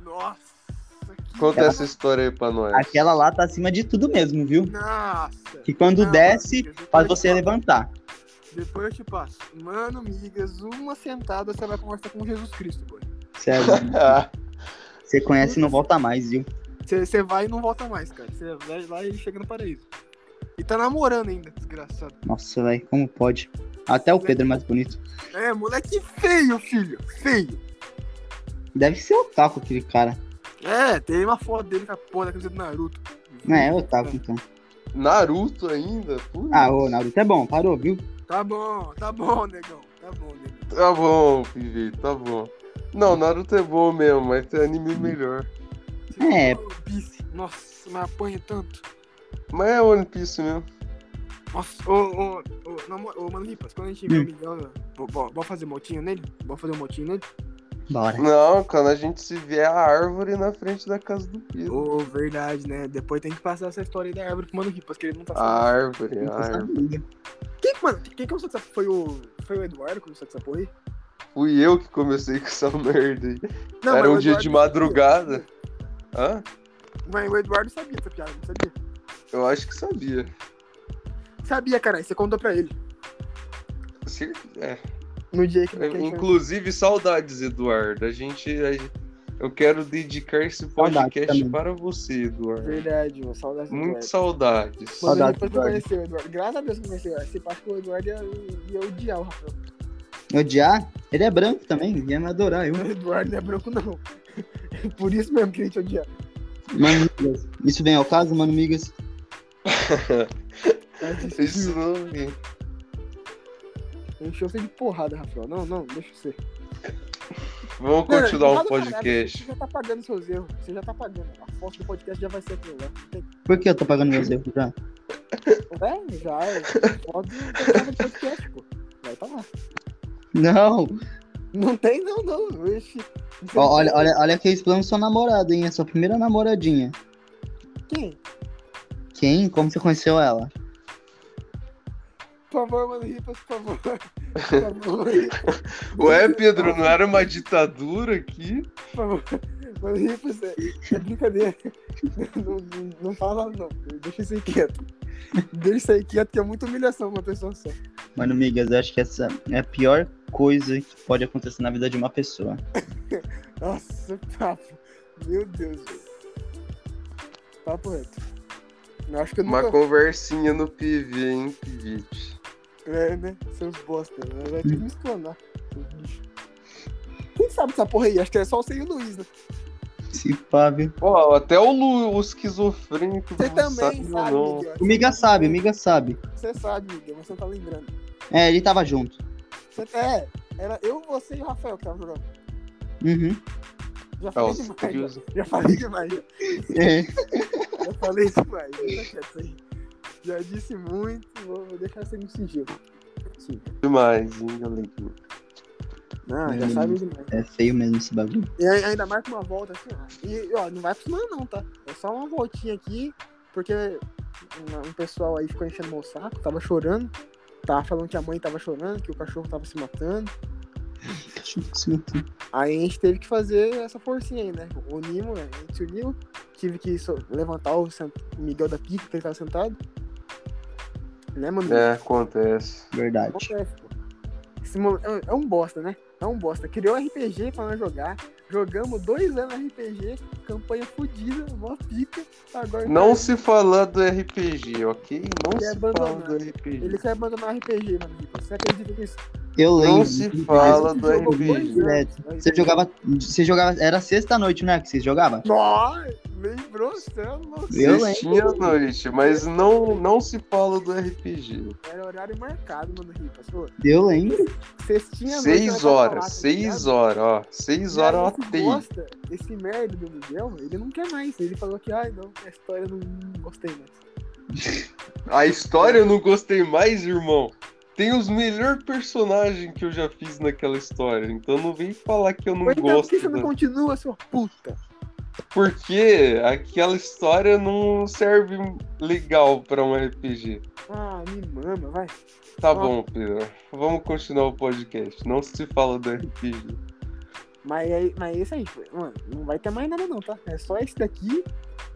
Speaker 2: Nossa. que-
Speaker 3: Conta essa história aí pra nós.
Speaker 1: Aquela
Speaker 3: *laughs*
Speaker 1: lá tá acima de tudo mesmo, viu?
Speaker 2: Nossa.
Speaker 1: Que quando
Speaker 2: Não,
Speaker 1: desce,
Speaker 2: amiga, depois
Speaker 1: faz
Speaker 2: eu te
Speaker 1: você
Speaker 2: passo.
Speaker 1: levantar.
Speaker 2: Depois eu te passo. Mano, migas, uma sentada você vai conversar com Jesus Cristo, pô.
Speaker 1: Sério.
Speaker 3: *laughs* Ah,
Speaker 1: Você conhece e não volta mais, viu?
Speaker 2: Você vai e não volta mais, cara. Você vai lá e ele chega no paraíso. E tá namorando ainda, desgraçado.
Speaker 1: Nossa, velho, como pode? Até o Pedro é mais bonito.
Speaker 2: É, moleque feio, filho. Feio.
Speaker 1: Deve ser o Taco aquele cara.
Speaker 2: É, tem uma foto dele com a porra da camisa do Naruto.
Speaker 1: É, é o Taco então.
Speaker 3: Naruto ainda? Putz.
Speaker 1: Ah, ô, Naruto é bom, parou, viu?
Speaker 2: Tá bom, tá bom, negão. Tá bom, negão.
Speaker 3: Tá bom, Pivi, tá bom. Não, Naruto é bom mesmo, mas tem anime melhor.
Speaker 1: É.
Speaker 2: One Piece. tá Nossa, mas apanha tanto.
Speaker 3: Mas é One Piece mesmo.
Speaker 2: Nossa, ô, ô, ô, namo- ô, mano, Ripas, quando a gente vê
Speaker 1: Hum.
Speaker 2: o milhão, bo- bo- bora fazer motinho nele? Bora fazer um motinho nele?
Speaker 1: Bora.
Speaker 3: Não, quando a gente se vê é a árvore na frente da casa do Pedro.
Speaker 2: Ô, verdade, né? Depois tem que passar essa história aí da árvore pro Mano Ripas, que ele não tá
Speaker 3: A
Speaker 2: sabendo.
Speaker 3: árvore, a
Speaker 1: Não custa
Speaker 3: árvore.
Speaker 1: nada.
Speaker 2: Quem, que- mano, quem começou com essa Foi o, foi o Eduardo que começou com essa porra aí?
Speaker 3: Fui eu que comecei com essa *laughs* merda aí. Era
Speaker 2: mas
Speaker 3: um
Speaker 2: o Eduardo
Speaker 3: dia de
Speaker 2: sabia,
Speaker 3: madrugada. Hã?
Speaker 2: Mas o Eduardo sabia essa piada, não sabia?
Speaker 3: Eu acho que sabia.
Speaker 2: Sabia, caralho, você contou pra ele.
Speaker 3: Cer- é.
Speaker 2: No dia que... que-
Speaker 3: Inclusive, saudades, Eduardo. A gente. a- Eu quero dedicar esse
Speaker 1: Saudades
Speaker 3: podcast
Speaker 1: também.
Speaker 3: para você, Eduardo.
Speaker 2: Verdade, mano, saudades do
Speaker 3: Muito
Speaker 2: Eduardo.
Speaker 3: saudades.
Speaker 2: Mano,
Speaker 1: Saudades
Speaker 2: depois
Speaker 1: do
Speaker 2: que eu
Speaker 1: Eduardo.
Speaker 2: conheci o Eduardo. Graças a Deus que eu conheci o Eduardo. Se passa que o Eduardo ia, ia odiar o Rafael.
Speaker 1: Odiar? Ele é branco também, ia me adorar, eu.
Speaker 2: O Eduardo não é branco, não. *laughs* Por isso mesmo que a gente odia.
Speaker 1: Mano, Migas, isso vem ao caso, mano, migas?
Speaker 3: Isso não. hein?
Speaker 2: Encheu você de porrada, Rafael. Não, não, deixa você.
Speaker 3: Vamos
Speaker 2: Não,
Speaker 3: continuar
Speaker 2: não
Speaker 3: o
Speaker 2: fala nada,
Speaker 3: podcast.
Speaker 2: Você já tá pagando seus erros. Você já tá pagando. A foto do podcast já vai ser aquilo lá. Não tem-
Speaker 1: Por que eu tô pagando meus erros já?
Speaker 2: É, já é. Foto do do podcast, pô. Vai tá lá.
Speaker 1: Não!
Speaker 2: Não tem, não, não. Ixi.
Speaker 1: Ó, olha, olha, olha que eu explano sua namorada, hein? A sua primeira namoradinha.
Speaker 2: Quem?
Speaker 1: Quem? Como você conheceu ela?
Speaker 2: Por favor, mano, ripas, por favor. Por favor, Ripas,
Speaker 3: Ué, Pedro, não era uma ditadura aqui?
Speaker 2: por favor. Mano, ripas, é, é brincadeira. Não, não, não fala, não. Deixa isso aí quieto. Deixa isso aí quieto, que é muita humilhação pra uma pessoa só.
Speaker 1: Mano, migas, eu acho que essa é a pior coisa que pode acontecer na vida de uma pessoa.
Speaker 2: Nossa, papo. Meu Deus, velho. Papo reto. Eu acho que eu
Speaker 3: Uma
Speaker 2: nunca...
Speaker 3: conversinha no PV, hein, Pivite?
Speaker 2: É, né? Seus bosta. né? Vai tudo me esplanar. seus bichos. Quem sabe essa porra aí? Acho que é só o Sei e o Luiz, né?
Speaker 1: Se pá, viu?
Speaker 3: Pô, até o, Lu, o esquizofrênico
Speaker 2: Você
Speaker 3: não
Speaker 2: também
Speaker 3: ou
Speaker 2: sabe,
Speaker 3: não.
Speaker 2: Miguel.
Speaker 1: O Miga sabe, o Miga sabe.
Speaker 2: Você sabe, Miguel. Você não tá lembrando.
Speaker 1: É, ele tava junto.
Speaker 2: Você... É, era eu, você e o Rafael que tava jogando.
Speaker 1: Uhum.
Speaker 2: Já
Speaker 3: É,
Speaker 2: falei
Speaker 3: os
Speaker 2: demais. né?
Speaker 3: curiosos.
Speaker 2: Já, já falei demais. já.
Speaker 1: É.
Speaker 2: Já falei demais. Deixa quieto aí. Já disse muito. Vou vou deixar você me sigilo. Sim.
Speaker 3: Demais, hein, galera?
Speaker 2: Não, já
Speaker 1: Hum.
Speaker 2: sabe demais.
Speaker 1: É feio mesmo esse bagulho.
Speaker 2: E aí, ainda marca uma volta assim, ó. E, ó, não vai acostumando não, tá? É só uma voltinha aqui, porque um- um pessoal aí ficou enchendo meu saco, tava chorando. Tava falando que a mãe tava chorando, que o cachorro tava se matando.
Speaker 1: Cachorro que se matou.
Speaker 2: Aí a gente teve que fazer essa forcinha aí, né? Unimos, né? a gente se uniu. Tive que so- levantar o, sen- o Miguel da Pica, que ele tava sentado. Né, mano?
Speaker 3: É, acontece.
Speaker 1: Verdade.
Speaker 2: Acontece, pô. Esse mole- é- É um bosta, né? É um bosta. Criou RPG pra nós jogar. Jogamos dois anos RPG, campanha fodida, mó pica. Agora
Speaker 3: Não se falar do RPG, ok? Não
Speaker 2: Ele é
Speaker 3: se
Speaker 2: abandonou.
Speaker 3: fala do RPG.
Speaker 2: ele quer abandonar o RPG, mano. Você acredita nisso?
Speaker 1: Eu lembro.
Speaker 3: Não se fala do
Speaker 2: Jogou
Speaker 3: RPG.
Speaker 2: dois anos.
Speaker 1: Você jogava. Você jogava. Era sexta-noite, né? Que você jogava?
Speaker 2: Nossa, lembrou, você é louco.
Speaker 1: Eu
Speaker 3: Sextinha à noite, mas não, não se fala do RPG.
Speaker 2: Era horário marcado, mano, Ripas. Pô,
Speaker 1: Eu lembro.
Speaker 2: Cestinha
Speaker 3: Seis
Speaker 2: tá
Speaker 3: horas, seis horas, ó. Seis horas eu atei.
Speaker 2: Gosta, esse merda do Miguel, ele não quer mais. Ele falou que, ai, não, a história eu não, não gostei mais.
Speaker 3: A história eu não gostei mais, irmão. Tem os melhores personagens que eu já fiz naquela história. Então não vem falar que eu não
Speaker 2: Mas então, por
Speaker 3: gosto.
Speaker 2: que você não
Speaker 3: da-
Speaker 2: continua, sua puta?
Speaker 3: Porque aquela história não serve legal pra um RPG.
Speaker 2: Ah, me mama, vai.
Speaker 3: Tá
Speaker 2: Ah.
Speaker 3: bom, Pedro. Vamos continuar o podcast. Não se fala do RPG.
Speaker 2: Mas, aí- mas é isso aí, mano. Não vai ter mais nada, não, tá? É só esse daqui.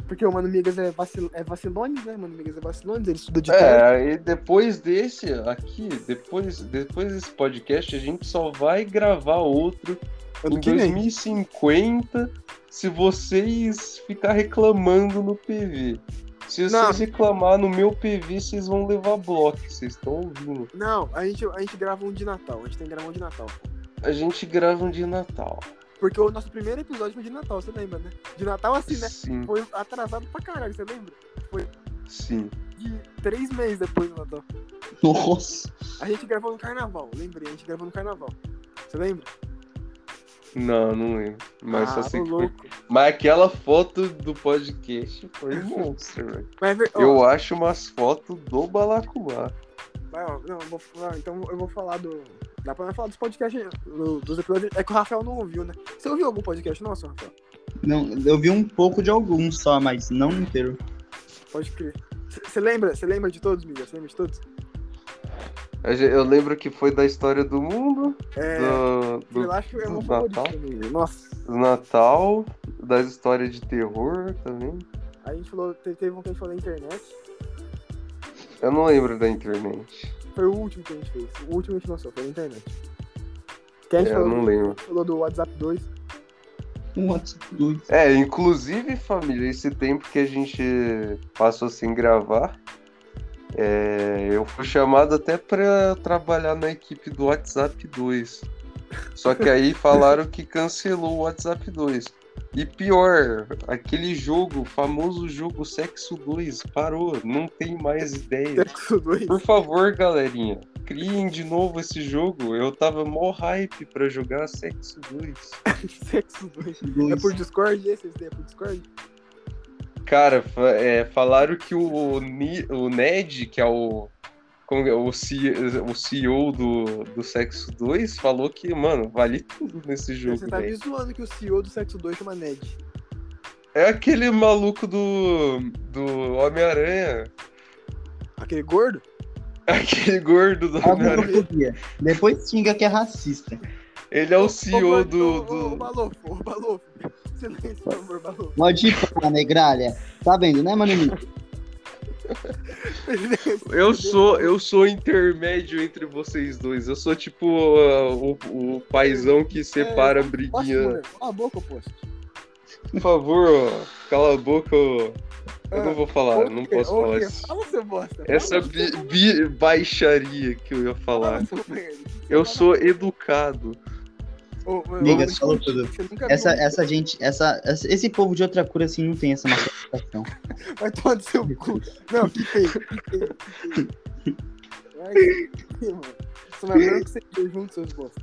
Speaker 2: Porque o Mano Migas é, vacil... é vacilones, né? Mano Migas é vacilones, ele estuda de tarde.
Speaker 3: É, aí depois desse aqui, depois, depois desse podcast, a gente só vai gravar outro
Speaker 2: Ano
Speaker 3: em
Speaker 2: que vem.
Speaker 3: 2050 se vocês ficar reclamando no PV. Se
Speaker 2: Não.
Speaker 3: vocês reclamar no meu PV, vocês vão levar bloco, vocês estão ouvindo.
Speaker 2: Não, a gente, a gente grava um de Natal. A gente tem que gravar um de Natal.
Speaker 3: A gente grava um de Natal.
Speaker 2: Porque o nosso primeiro episódio foi de Natal, você lembra, né? De Natal assim, né?
Speaker 3: Sim,
Speaker 2: Foi atrasado pra caralho, você lembra?
Speaker 3: sim.
Speaker 2: De três meses depois do Natal.
Speaker 1: Nossa.
Speaker 2: A gente gravou no carnaval, lembrei, a gente gravou no carnaval. Você lembra?
Speaker 3: Não, não lembro. Mas só
Speaker 2: ah,
Speaker 3: sei
Speaker 2: ô
Speaker 3: que foi.
Speaker 2: louco.
Speaker 3: Mas aquela foto do podcast foi monstro, velho.
Speaker 2: Mas, é ver- ó,
Speaker 3: Eu acho umas fotos do Balacubá.
Speaker 2: vai, ó, não, eu vou, falar- então eu vou falar do. Dá pra nós falar dos podcasts, do- dos episódios. É que o Rafael não ouviu, né? Você ouviu algum podcast nosso, Rafael?
Speaker 1: Não, eu vi um pouco de alguns só, mas não inteiro.
Speaker 2: Pode crer. C- Você lembra? Você lembra de todos, Miguel? Você lembra de todos?
Speaker 3: A gen- Eu lembro que foi da história do mundo,
Speaker 2: É.
Speaker 3: do, do-
Speaker 2: eu acho que é o meu
Speaker 3: do
Speaker 2: favorito.
Speaker 3: Natal?
Speaker 2: Miguel. Nossa.
Speaker 3: do Natal, das histórias de terror também.
Speaker 2: A gente falou, te- teve um que a gente falou da internet.
Speaker 3: Eu não lembro da internet.
Speaker 2: Foi o último que a gente fez. O último que a gente lançou, foi na internet. Que a
Speaker 3: É,
Speaker 2: gente
Speaker 3: eu
Speaker 2: falou,
Speaker 3: não lembro.
Speaker 2: falou do WhatsApp 2.
Speaker 1: Um outro, dois.
Speaker 3: É, inclusive, família, esse tempo que a gente passou sem gravar, é, eu fui chamado até pra trabalhar na equipe do WhatsApp 2. Só que aí falaram que cancelou o WhatsApp 2. E pior, aquele jogo, o famoso jogo Sexo 2, parou, não tem mais ideia.
Speaker 2: Sexo 2.
Speaker 3: Por favor, galerinha, criem de novo esse jogo. Eu tava mó hype pra jogar Sexo 2.
Speaker 2: *laughs* Sexo 2.
Speaker 1: dois.
Speaker 2: É por Discord esse? Esse daí é por Discord?
Speaker 3: Cara, fa- é, falaram que o, Ni- o Ned, que é o, como que é, o, C- o CEO do, do Sexo 2, falou que, mano, vale tudo nesse jogo,
Speaker 2: Você tá me
Speaker 3: velho.
Speaker 2: zoando que o CEO do Sexo 2 chama Ned.
Speaker 3: É aquele maluco do, do Homem-Aranha. *laughs*
Speaker 2: Aquele gordo?
Speaker 3: Aquele gordo
Speaker 2: Ah,
Speaker 3: do Homem-Aranha.
Speaker 1: Homofobia. Depois xinga que é racista.
Speaker 3: Ele é o
Speaker 2: Ô,
Speaker 3: CEO
Speaker 2: gordo,
Speaker 3: do.
Speaker 2: ô, Ô, ô,
Speaker 3: do...
Speaker 2: Balofo, ô, Balofo. Silêncio, por favor, Balofo.
Speaker 1: Pode ir pra lá, negralha. Tá vendo, né, mano?
Speaker 2: Silêncio.
Speaker 3: Eu sou, eu sou intermédio entre vocês dois. Eu sou tipo ah, o, o paizão que separa a
Speaker 2: Posso,
Speaker 3: briguinha.
Speaker 2: moleque? Cala a boca, posto.
Speaker 3: Por favor, ó, cala a boca. ó. Eu
Speaker 2: Ah,
Speaker 3: não vou falar, não posso falar isso.
Speaker 2: Fala seu bosta.
Speaker 3: Essa é
Speaker 2: fala, um
Speaker 3: bi- bi- baixaria que eu ia falar.
Speaker 2: fala um seu merda.
Speaker 3: Eu sou educado.
Speaker 2: Ô, ô,
Speaker 1: Nigga,
Speaker 2: ô,
Speaker 1: você falou tudo.
Speaker 2: Você nunca viu
Speaker 1: Essa,
Speaker 2: um-
Speaker 1: essa gente, essa, essa- esse povo de outra cura assim não tem essa massificação.
Speaker 2: Vai tomar no seu cu. Não, *laughs* que feio, que feio, que feio. Vai, que feio, mano. Isso não é branco que você viu junto, seus bosta.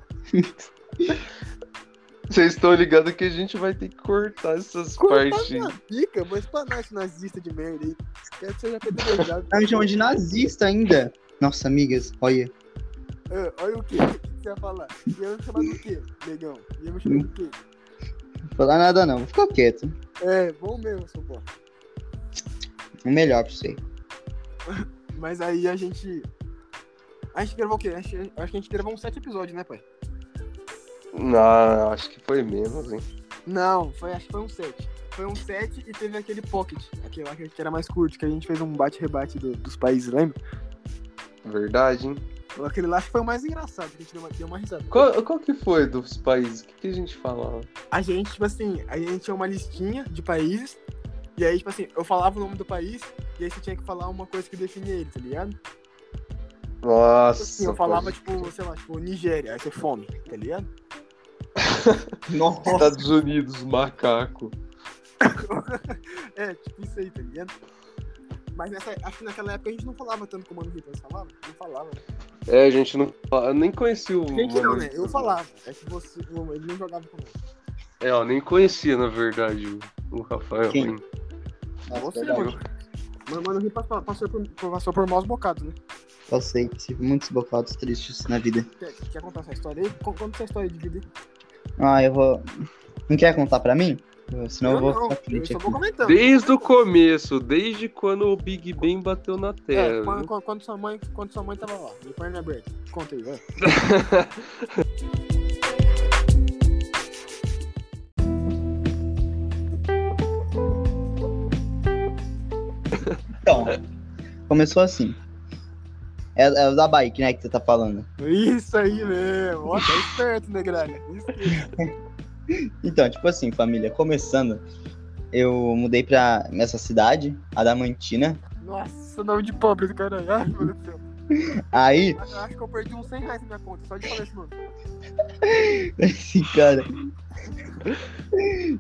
Speaker 3: Vocês estão ligados que a gente vai ter que cortar essas
Speaker 2: Cortar
Speaker 3: partes.
Speaker 2: minha pica, vou espanar esse nazista de merda aí. Quero que seja pedrejado.
Speaker 1: Tá me chamando de nazista ainda. Nossa, amigas, olha.
Speaker 2: Ah, olha o que você ia falar. E eu ia me chamar do quê, negão? E eu me chamar do quê?
Speaker 1: Não vou falar nada não, vou ficar quieto.
Speaker 2: É, bom mesmo, seu bosta.
Speaker 1: É melhor pra você.
Speaker 2: Mas aí a gente... A gente gravou o quê? A gente- Acho que a gente gravou uns sete episódios, né, pai?
Speaker 3: Não, acho que foi menos, hein?
Speaker 2: Não, foi, acho que foi um 7. Foi um 7 e teve aquele pocket. Aquele lá que era mais curto, que a gente fez um bate-rebate do- dos países, lembra?
Speaker 3: Verdade, hein?
Speaker 2: Aquele lá acho que foi o mais engraçado, que a gente deu uma, deu uma risada.
Speaker 3: Qual, qual que foi dos países? O que, que a gente falava?
Speaker 2: A gente, tipo assim, a gente tinha uma listinha de países, e aí, tipo assim, eu falava o nome do país, e aí você tinha que falar uma coisa que definia ele, tá ligado? Tipo
Speaker 3: Nossa.
Speaker 2: assim, eu falava,
Speaker 3: pode-
Speaker 2: tipo, sei lá, tipo, Nigéria, aí você fome, tá ligado?
Speaker 1: Nossa.
Speaker 3: Estados Unidos, macaco.
Speaker 2: É, tipo isso aí, tá ligado? Mas nessa, acho que naquela época a gente não falava tanto como ano que nós falava, não falava.
Speaker 3: É, a gente não. Eu nem conhecia o.
Speaker 1: Hum,
Speaker 2: Gente, não, né?
Speaker 3: Maurício.
Speaker 2: Eu falava. É que você. Ele não jogava comigo.
Speaker 3: É, eu nem conhecia, na verdade, o, o Rafael.
Speaker 1: Quem?
Speaker 3: hein?
Speaker 2: Você,
Speaker 1: verdade.
Speaker 2: mano. Mano, mano, ele passou, passou, por, passou por maus bocados, né?
Speaker 1: Passei, tive muitos bocados tristes na vida.
Speaker 2: Quer, quer contar essa história aí? Con- Conta essa história de vida. aí.
Speaker 1: Ah, eu vou. Não quer contar pra mim? Eu- Senão eu, vou
Speaker 2: não,
Speaker 1: ficar
Speaker 2: eu
Speaker 1: triste
Speaker 2: só
Speaker 1: aqui.
Speaker 2: vou comentando.
Speaker 3: Desde o começo, desde quando o Big Bang bateu na
Speaker 2: É,
Speaker 3: Terra. Né?
Speaker 2: quando,
Speaker 3: viu?
Speaker 2: quando- quando sua mãe, quando sua mãe tava lá, de perna aberta. Conta aí, vai.
Speaker 1: Então, começou assim. É, é o da bike, né, que você tá falando.
Speaker 2: Isso aí mesmo. Ó, tá esperto, né, gralha? Isso aí.
Speaker 1: Então, tipo assim, família, começando, eu mudei pra essa cidade, Adamantina.
Speaker 2: Nossa, nome de pobre do caralho. Ai, meu Deus do céu.
Speaker 1: Aí,
Speaker 2: Eu Acho que eu perdi uns 100 reais na minha conta, só de falar esse nome.
Speaker 1: Esse cara.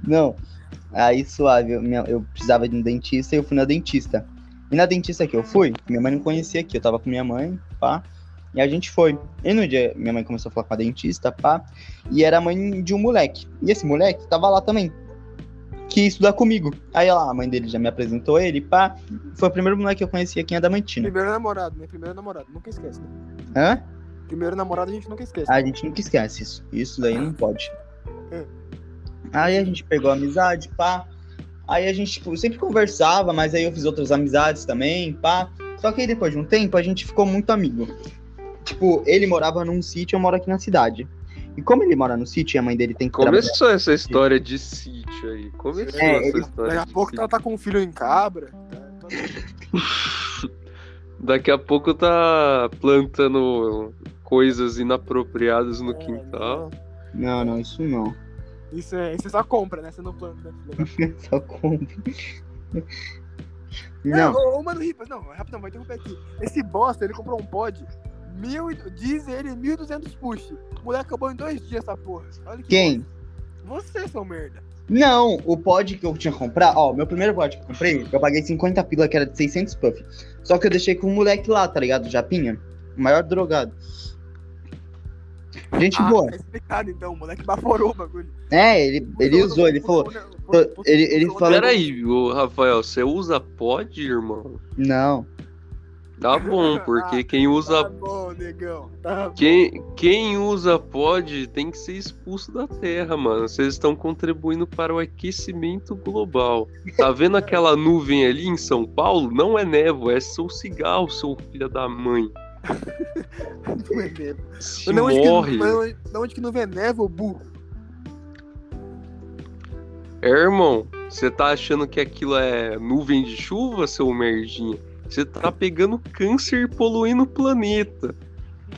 Speaker 1: Não. Aí suave, eu, minha- eu precisava de um dentista e eu fui na dentista. E na dentista que eu fui, minha mãe não conhecia aqui, eu tava com minha mãe, pá. E a gente foi. E no dia, minha mãe começou a falar com a dentista, pá. E era a mãe de um moleque. E esse moleque tava lá também. Que ia estudar comigo. Aí ela, a mãe dele já me apresentou ele, pá. Foi o primeiro moleque que eu conheci aqui em Adamantina.
Speaker 2: Primeiro namorado, né? Primeiro namorado, nunca esquece, né?
Speaker 1: Hã?
Speaker 2: Primeiro namorado a gente nunca esquece.
Speaker 1: A gente nunca esquece isso. Isso daí não pode.
Speaker 2: É.
Speaker 1: Aí a gente pegou amizade, pá. Aí a gente tipo, sempre conversava, mas aí eu fiz outras amizades também, pá. Só que aí depois de um tempo a gente ficou muito amigo. Tipo, ele morava num sítio, eu moro aqui na cidade. E como ele mora no sítio e a mãe dele tem que trabalhar.
Speaker 3: Começou essa história de sítio aí. Começou
Speaker 1: É,
Speaker 3: essa
Speaker 1: ele-
Speaker 3: história.
Speaker 2: Daqui a
Speaker 3: de
Speaker 2: pouco
Speaker 3: sítio.
Speaker 2: ela tá com um filho em cabra. tá-
Speaker 3: *laughs* Tipo,
Speaker 2: tá-
Speaker 3: Daqui a pouco tá plantando coisas inapropriadas no
Speaker 2: É,
Speaker 3: quintal.
Speaker 1: Não, não, isso não. *laughs*
Speaker 2: Isso é, isso é só compra, né? Você não planta. né?
Speaker 1: Só compra. Não.
Speaker 2: É, Ô, ô, mano, Ripas, não, rapidão, vai interromper aqui. Esse bosta, ele comprou um pod, mil, e- diz ele, 1.200 push. O moleque acabou em dois dias essa porra. Olha que
Speaker 1: Quem?
Speaker 2: bosta. Vocês são merda.
Speaker 1: Não, o pod que eu tinha que comprar, ó, meu primeiro pod que eu comprei, eu paguei 50 pila, que era de 600 puff. Só que eu deixei com um moleque lá, tá ligado? Japinha. O maior drogado. Gente
Speaker 2: Ah,
Speaker 1: boa.
Speaker 2: tá explicado então, o moleque baforou o bagulho.
Speaker 1: É, ele, ele
Speaker 2: Puxou,
Speaker 1: usou, ele
Speaker 2: puxou,
Speaker 1: falou.
Speaker 2: né? Puxou, puxou,
Speaker 1: ele- ele
Speaker 2: puxou,
Speaker 1: falou-
Speaker 2: né?
Speaker 3: Peraí, ô, Rafael, você usa pod, irmão?
Speaker 1: Não.
Speaker 3: Tá
Speaker 2: *laughs*
Speaker 3: bom, porque quem
Speaker 2: Tá
Speaker 3: usa.
Speaker 2: bom, negão. Tá bom.
Speaker 3: Quem, quem usa pod tem que ser expulso da Terra, mano. Vocês estão contribuindo para o aquecimento global. Tá vendo aquela nuvem ali em São Paulo? Não é névoa, é seu cigarro, seu filho da mãe. Se
Speaker 2: Mas não, onde
Speaker 3: morre.
Speaker 2: que, mas não, onde que não vê neve, ô burro?
Speaker 3: É, irmão, você tá achando que aquilo é nuvem de chuva, seu merdinha? Você tá pegando câncer e poluindo o planeta.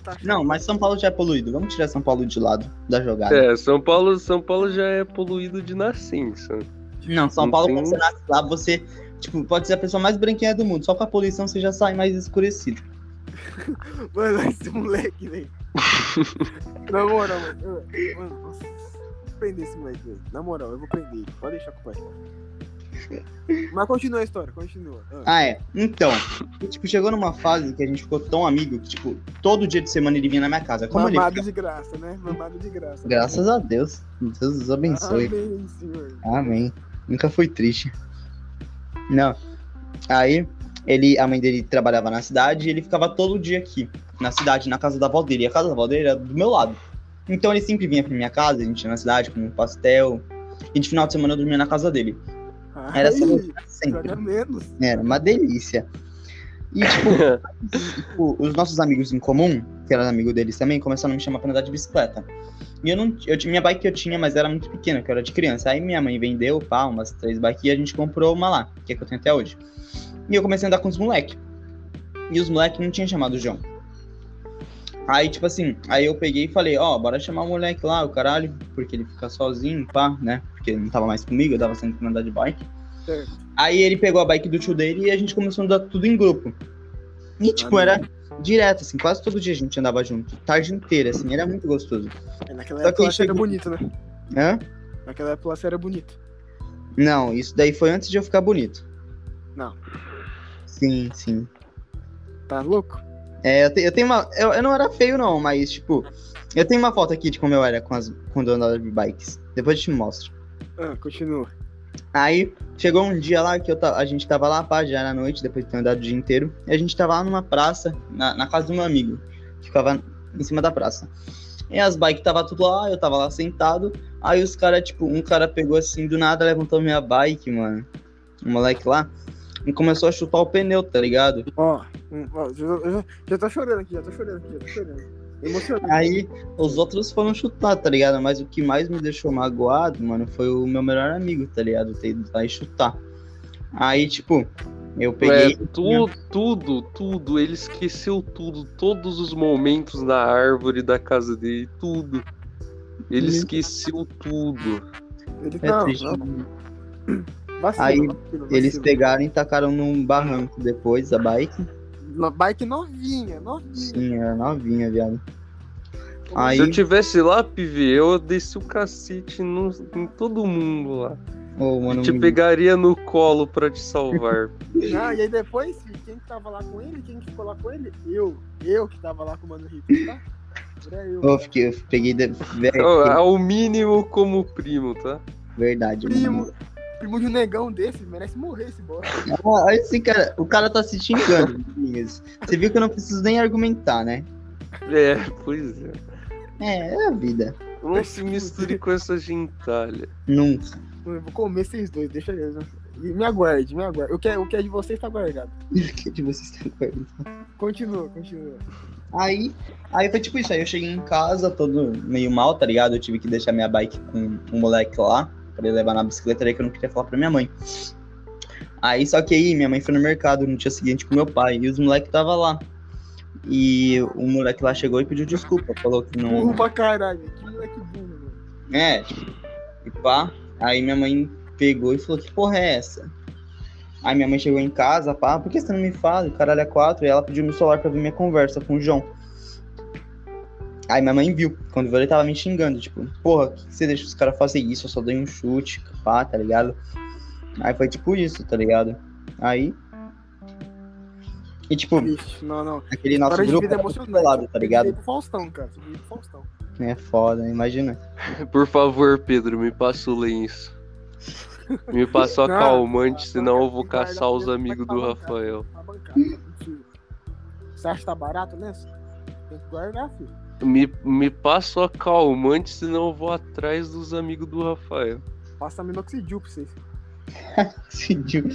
Speaker 2: tá achando.
Speaker 1: Não, mas São Paulo já é poluído. Vamos tirar São Paulo de lado da jogada.
Speaker 3: É, São Paulo, São Paulo já é poluído de nascença. *laughs*
Speaker 1: Não, São
Speaker 3: Não
Speaker 1: Paulo,
Speaker 3: tem-
Speaker 1: quando você nasce lá, você. Tipo, pode ser a pessoa mais branquinha do mundo. Só com a poluição você já sai mais escurecido.
Speaker 2: Mano, esse moleque, velho. Na moral, mano. eu- Mano, nossa. Vou prender esse moleque, velho. Na moral, eu vou prender ele. Pode deixar com o pai. Mas continua a história, continua. Ah,
Speaker 1: Ah, é. Então, tipo, chegou numa fase que a gente ficou tão amigo que, tipo, todo dia de semana ele vinha na minha casa. Ah, Como ele
Speaker 2: Mamado de graça, né? Mamado de graça.
Speaker 1: Graças a Deus. Deus os abençoe.
Speaker 2: Amém, senhor.
Speaker 1: Amém. Nunca fui triste. Não. Aí, ele, a mãe dele trabalhava na cidade e ele ficava todo dia aqui, na cidade, na casa da avó dele. E a casa da avó dele era do meu lado. Então ele sempre vinha pra minha casa, a gente ia na cidade, comia um pastel. E de final de semana eu dormia na casa dele. Era só
Speaker 2: Ai,
Speaker 1: sempre.
Speaker 2: joga menos.
Speaker 1: Era uma delícia. E, tipo, tipo, os nossos amigos em comum, que eram amigos deles também, começaram a me chamar pra andar de bicicleta. E eu não. Eu, tinha- minha bike que eu tinha, mas era muito pequena, que eu era de criança. Aí minha mãe vendeu, pá, umas três bikes e a gente comprou uma lá, que é que eu tenho até hoje. E eu comecei a andar com os moleques. E os moleques não tinham chamado o João. Aí, tipo assim, aí eu peguei e falei, ó, bora chamar o moleque lá, o caralho, porque ele fica sozinho, pá, né? Porque ele não tava mais comigo, eu tava sendo pra andar de bike.
Speaker 2: Certo.
Speaker 1: Aí ele pegou a bike do tio dele e a gente começou a andar tudo em grupo. E, tipo, era direto, assim, quase todo dia a gente andava junto, tarde inteira, assim, era muito gostoso.
Speaker 2: É, Naquela
Speaker 1: Só
Speaker 2: época
Speaker 1: que
Speaker 2: lá
Speaker 1: ele
Speaker 2: era
Speaker 1: chegou-
Speaker 2: bonito, né?
Speaker 1: Hã?
Speaker 2: Naquela época lá era bonito.
Speaker 1: Não, isso daí foi antes de eu ficar bonito.
Speaker 2: Não.
Speaker 1: Sim, sim.
Speaker 2: Tá louco?
Speaker 1: É, eu, te- eu tenho uma. Eu, eu não era feio, não, mas, tipo, eu tenho uma foto aqui de como eu era com as, quando eu andava de bikes. Depois eu te mostro.
Speaker 2: Ah, continua.
Speaker 1: Aí chegou um dia lá que eu ta- a gente tava lá, pá, já era noite, depois de ter andado o dia inteiro. E a gente tava lá numa praça, na, na casa do meu amigo, que ficava em cima da praça. E as bikes tava tudo lá, eu tava lá sentado. Aí os caras, tipo, um cara pegou assim, do nada levantou minha bike, mano. O moleque lá. E começou a chutar o pneu, tá ligado?
Speaker 2: Ó, hum, ó, já, já, já tô chorando aqui, já tô chorando aqui, já tô chorando. Emocionado.
Speaker 1: Aí os outros foram chutar, tá ligado? Mas o que mais me deixou magoado, mano, foi o meu melhor amigo, tá ligado? Ter ido lá e chutar. Aí, tipo, eu peguei.
Speaker 3: É, tu, tudo, tudo. Ele esqueceu tudo. Todos os momentos na árvore da casa dele, tudo. Ele
Speaker 1: Hum.
Speaker 3: esqueceu tudo.
Speaker 2: Ele
Speaker 1: É
Speaker 2: não,
Speaker 1: triste.
Speaker 2: não, vacila,
Speaker 1: Aí,
Speaker 2: vacila,
Speaker 1: Eles
Speaker 2: vacila.
Speaker 1: pegaram e tacaram num barranco depois a bike.
Speaker 2: No- Bike novinha, novinha.
Speaker 1: Sim, era novinha, viado. Aí-
Speaker 3: Se eu tivesse lá, Pive, eu desci o cacete no- em todo mundo lá.
Speaker 1: Ô,
Speaker 3: E
Speaker 1: mano, um
Speaker 3: te
Speaker 1: me-
Speaker 3: pegaria no colo pra
Speaker 1: *laughs*
Speaker 3: te salvar.
Speaker 2: Ah, e aí depois, filho, quem que tava lá com ele? Quem que ficou lá com ele? Eu. Eu que tava lá com o Mano Rico, tá? Era eu.
Speaker 1: eu, fiquei, eu peguei. De...
Speaker 3: É,
Speaker 1: Velho,
Speaker 3: Ao mínimo como primo, tá?
Speaker 1: verdade,
Speaker 2: Primo,
Speaker 1: mano.
Speaker 2: primo de um negão desse, merece morrer esse bosta.
Speaker 1: Olha é esse cara, o cara tá se xingando. *laughs* Luiz. Você viu que eu não preciso nem argumentar, né?
Speaker 3: É, pois é.
Speaker 1: É, é a vida.
Speaker 3: Não se misture com essa gentalha.
Speaker 1: Nunca. *laughs*
Speaker 2: Mano, eu vou comer vocês dois, deixa eles. né? E me aguarde, me aguarde. O que, é, o que é de vocês tá guardado.
Speaker 1: Que de vocês estão com ele.
Speaker 2: Continua, continua.
Speaker 1: Aí, aí foi tipo isso, aí eu cheguei em casa todo meio mal, tá ligado? Eu tive que deixar minha bike com um moleque lá, pra ele levar na bicicleta, aí que eu não queria falar pra minha mãe. Aí, só que aí, minha mãe foi no mercado no dia seguinte com meu pai, e os moleques tava lá. E o moleque lá chegou e pediu desculpa, falou que não...
Speaker 2: Burro pra caralho, que moleque burro, mano.
Speaker 1: É, e pá. Aí minha mãe pegou e falou, que porra é essa? Aí minha mãe chegou em casa, pá, por que você não me fala? O caralho é quatro. E ela pediu meu celular pra ver minha conversa com o João. Aí minha mãe viu, quando viu ele tava me xingando, tipo, porra, que que você deixa os caras fazer isso? Eu só dei um chute, pá, tá ligado? Aí foi tipo isso, tá ligado? Aí. E tipo,
Speaker 2: Vixe, não, não.
Speaker 1: aquele nosso
Speaker 2: Para de
Speaker 1: grupo
Speaker 2: vida
Speaker 1: era
Speaker 2: emocionante.
Speaker 1: pelado, tá
Speaker 2: Tem que ir
Speaker 1: ligado?
Speaker 2: pro Faustão, cara. Tem que ir pro Faustão.
Speaker 1: É foda, imagina. *laughs*
Speaker 3: Por favor, Pedro, me passa o lenço. Me passa o
Speaker 2: Não,
Speaker 3: acalmante,
Speaker 2: não,
Speaker 3: senão eu vou
Speaker 2: vai dar
Speaker 3: caçar os
Speaker 2: medo, vai
Speaker 3: amigos do
Speaker 2: tomar, cara.
Speaker 3: Rafael.
Speaker 2: Tá bancado, mentira. Você acha que tá barato, né? Tem que guardar, filho.
Speaker 3: Me, me passa o acalmante, senão eu vou atrás dos amigos do Rafael.
Speaker 2: Passa minoxidil pra vocês.
Speaker 1: Decidiu.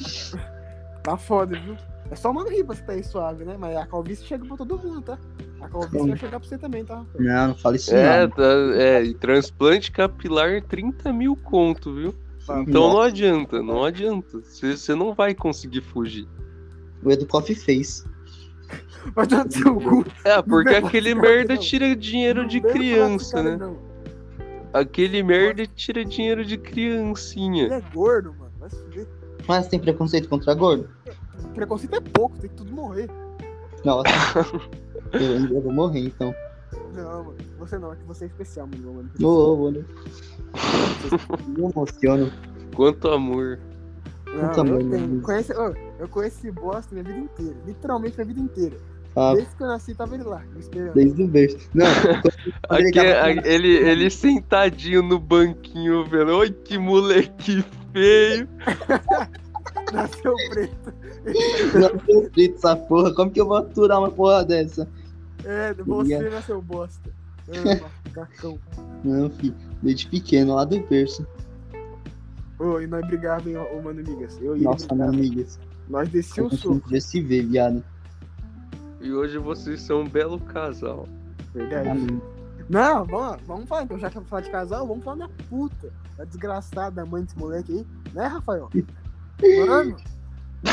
Speaker 2: Tá foda, viu? É só mano riba você tá aí suave, né? Mas a calvície chega pra todo mundo, tá? A calvície
Speaker 1: Sim.
Speaker 2: vai chegar pra você também, tá?
Speaker 1: Não, não fala isso
Speaker 3: É,
Speaker 1: não.
Speaker 3: tá, é, e transplante capilar 30 mil conto, viu?
Speaker 2: Tá.
Speaker 3: Então não adianta, não adianta. Você você não vai conseguir fugir.
Speaker 1: O Edu Koff fez.
Speaker 2: Vai dar no seu cu.
Speaker 3: É, porque
Speaker 2: Não,
Speaker 3: aquele
Speaker 2: não,
Speaker 3: merda
Speaker 2: não.
Speaker 3: tira dinheiro de
Speaker 2: Não vem falar desse
Speaker 3: criança,
Speaker 2: cara,
Speaker 3: né?
Speaker 2: não.
Speaker 3: Aquele merda tira dinheiro de criancinha.
Speaker 2: Ele é gordo, mano. Vai se fuder.
Speaker 1: Mas tem preconceito contra gordo?
Speaker 2: Preconceito é pouco, tem que tudo morrer.
Speaker 3: *laughs*
Speaker 1: Nossa. eu, eu vou morrer então.
Speaker 2: Não, mano. Você não, é que você é especial, meu mano.
Speaker 1: Ô, ô, ô, né? Me emociono.
Speaker 3: Quanto amor.
Speaker 2: Não,
Speaker 1: Eu também,
Speaker 2: eu,
Speaker 1: mano.
Speaker 2: tenho. Conheço, ô, eu conheço esse bosta minha vida inteira. Literalmente minha vida inteira.
Speaker 1: Tá?
Speaker 2: Desde que eu nasci, tava ele lá, me esperando.
Speaker 1: Desde o berço. Não,
Speaker 3: *laughs*
Speaker 1: quando ele
Speaker 3: Aqui, é-
Speaker 1: tava-
Speaker 3: a- ele, ele sentadinho no banquinho, vendo. Ai, que moleque feio.
Speaker 2: Nasceu preto.
Speaker 1: Não, eu acredito essa porra. Como que eu vou aturar uma porra dessa?
Speaker 2: É, você
Speaker 1: Yeah.
Speaker 2: nasceu bosta. Ah, macacão.
Speaker 1: Não, filho. Desde pequeno, lá do berço.
Speaker 2: Ô, e nós brigávamos, hein, ô, mano, amigas. Eu e ele
Speaker 1: Nossa, assim? minha
Speaker 2: brigava.
Speaker 1: amiga.
Speaker 2: Nós
Speaker 1: Eu
Speaker 2: descia o
Speaker 1: não
Speaker 2: soco.
Speaker 1: podia se ver, viado.
Speaker 3: E hoje vocês são um belo casal.
Speaker 2: Verdade.
Speaker 1: Amém.
Speaker 2: tá Não, vamos, vamos falar então. Já que eu falar de casal, vamos falar da puta. Da desgraçada mãe desse moleque aí. Né, Rafael? Mano.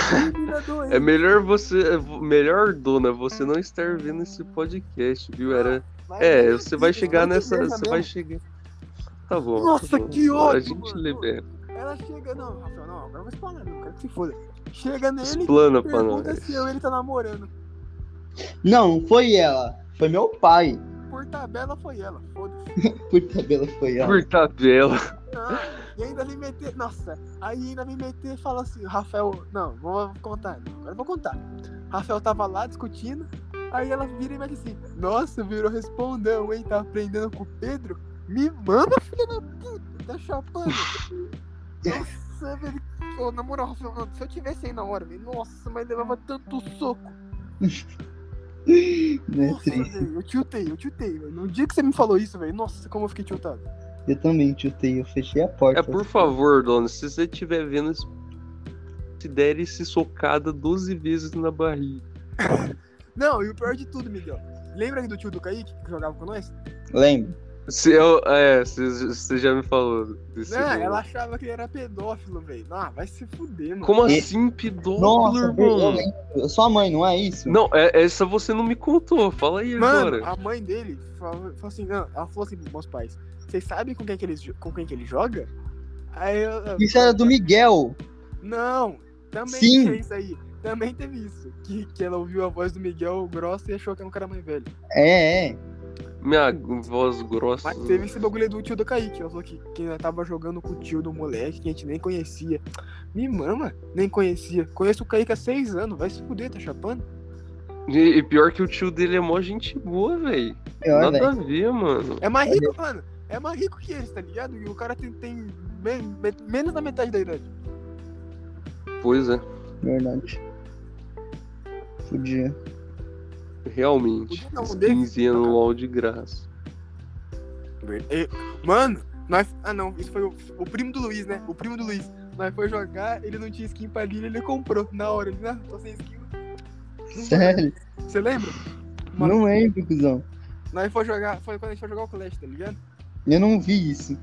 Speaker 2: Vida doente.
Speaker 3: É melhor você. é vo- Melhor, dona, você não estar vendo esse podcast, viu? Era.
Speaker 2: Vai
Speaker 3: É,
Speaker 2: ver
Speaker 3: você
Speaker 2: aqui,
Speaker 3: vai
Speaker 2: pelo
Speaker 3: chegar
Speaker 2: amor de
Speaker 3: nessa.
Speaker 2: Deus,
Speaker 3: Você
Speaker 2: Isabel.
Speaker 3: vai chegar. Tá bom. tá
Speaker 2: Nossa,
Speaker 3: bom.
Speaker 2: que
Speaker 3: A
Speaker 2: ódio,
Speaker 3: gente
Speaker 2: mano.
Speaker 3: libera.
Speaker 2: Ela chega, não, Rafael, não, agora eu vou falar, não, quero que se foda. Chega nele
Speaker 3: Explana
Speaker 2: e
Speaker 3: pra
Speaker 2: pergunta
Speaker 3: nós.
Speaker 2: se eu, ele tá namorando.
Speaker 1: Não, não foi ela. Foi meu pai.
Speaker 2: Por tabela foi ela, foda-se.
Speaker 1: Por tabela foi ela.
Speaker 3: Por tabela. *laughs*
Speaker 2: Ah, E ainda vem meter, nossa, aí ainda vem meter e fala assim, Rafael, não, vou contar, não, agora eu vou contar. Rafael tava lá discutindo, aí ela vira e mete assim, nossa, virou respondão, hein, tá aprendendo com o Pedro? Me manda, filha da puta, tá chapando. nossa, velho, Ô, na moral, Rafael, não, se eu tivesse aí na hora, velho, nossa, mas levava tanto soco.
Speaker 1: Né,
Speaker 2: Nossa,
Speaker 1: triste.
Speaker 2: velho, eu tiltei, eu tiltei, velho. No dia que você me falou isso, velho, nossa, como eu fiquei tiltado.
Speaker 1: Eu também chutei, eu fechei a porta.
Speaker 3: É, por favor, dona, se você estiver vendo esse. Considere-se socada 12 vezes na barriga.
Speaker 2: Não, e o pior de tudo, Miguel. Lembra do tio do Kaique que jogava com nós?
Speaker 1: Lembra?
Speaker 3: Se eu, é, você você já me falou desse.
Speaker 2: Não,
Speaker 3: jogo.
Speaker 2: ela achava que ele era pedófilo, velho. Ah, vai se fuder, mano.
Speaker 3: Como
Speaker 1: E-
Speaker 3: assim, pedófilo,
Speaker 1: Nossa, eu
Speaker 3: irmão?
Speaker 1: lembro. Sua mãe, não é isso?
Speaker 3: Não, é- essa você não me contou. Fala aí
Speaker 2: Mano,
Speaker 3: agora.
Speaker 2: a mãe dele falou, falou assim, não, ela falou assim pros meus pais, vocês sabem com quem que, eles, jo- com quem que ele joga? Aí eu, eu-
Speaker 1: Isso era do Miguel.
Speaker 2: Não, também
Speaker 1: Sim.
Speaker 2: tinha isso aí. Também teve isso. Que, que ela ouviu a voz do Miguel grossa e achou que era um cara mais velho.
Speaker 1: É, é.
Speaker 3: Minha voz grossa.
Speaker 2: Mas teve esse bagulho do tio do Kaique. Ela falou que, que ela tava jogando com o tio do moleque que a gente nem conhecia. Me mama, nem conhecia. Conheço o Kaique há seis anos, vai se fuder, tá chapando?
Speaker 3: E, e pior que o tio dele é mó gente boa, velho.
Speaker 1: Pior,
Speaker 3: Nada
Speaker 1: velho.
Speaker 3: a ver, mano.
Speaker 2: É mais rico, mano. É mais rico que eles, tá ligado? E o cara tem, tem men- men- menos da metade da idade.
Speaker 3: Pois é,
Speaker 1: Verdade. Podia.
Speaker 3: realmente.
Speaker 2: Podia não,
Speaker 3: Esse
Speaker 2: deve-
Speaker 3: 15 anos LOL de graça.
Speaker 2: E- Mano, nós. Ah não, isso foi o, o primo do Luiz, né? O primo do Luiz. Nós foi jogar, ele não tinha skin pra Lily, ele comprou na hora. Ele, não, tô sem skin.
Speaker 1: Sério?
Speaker 2: Você lembra? Mano,
Speaker 1: Não lembro, cuzão.
Speaker 2: nós foi jogar, foi quando a gente foi jogar o Clash, tá ligado?
Speaker 1: Eu não vi isso.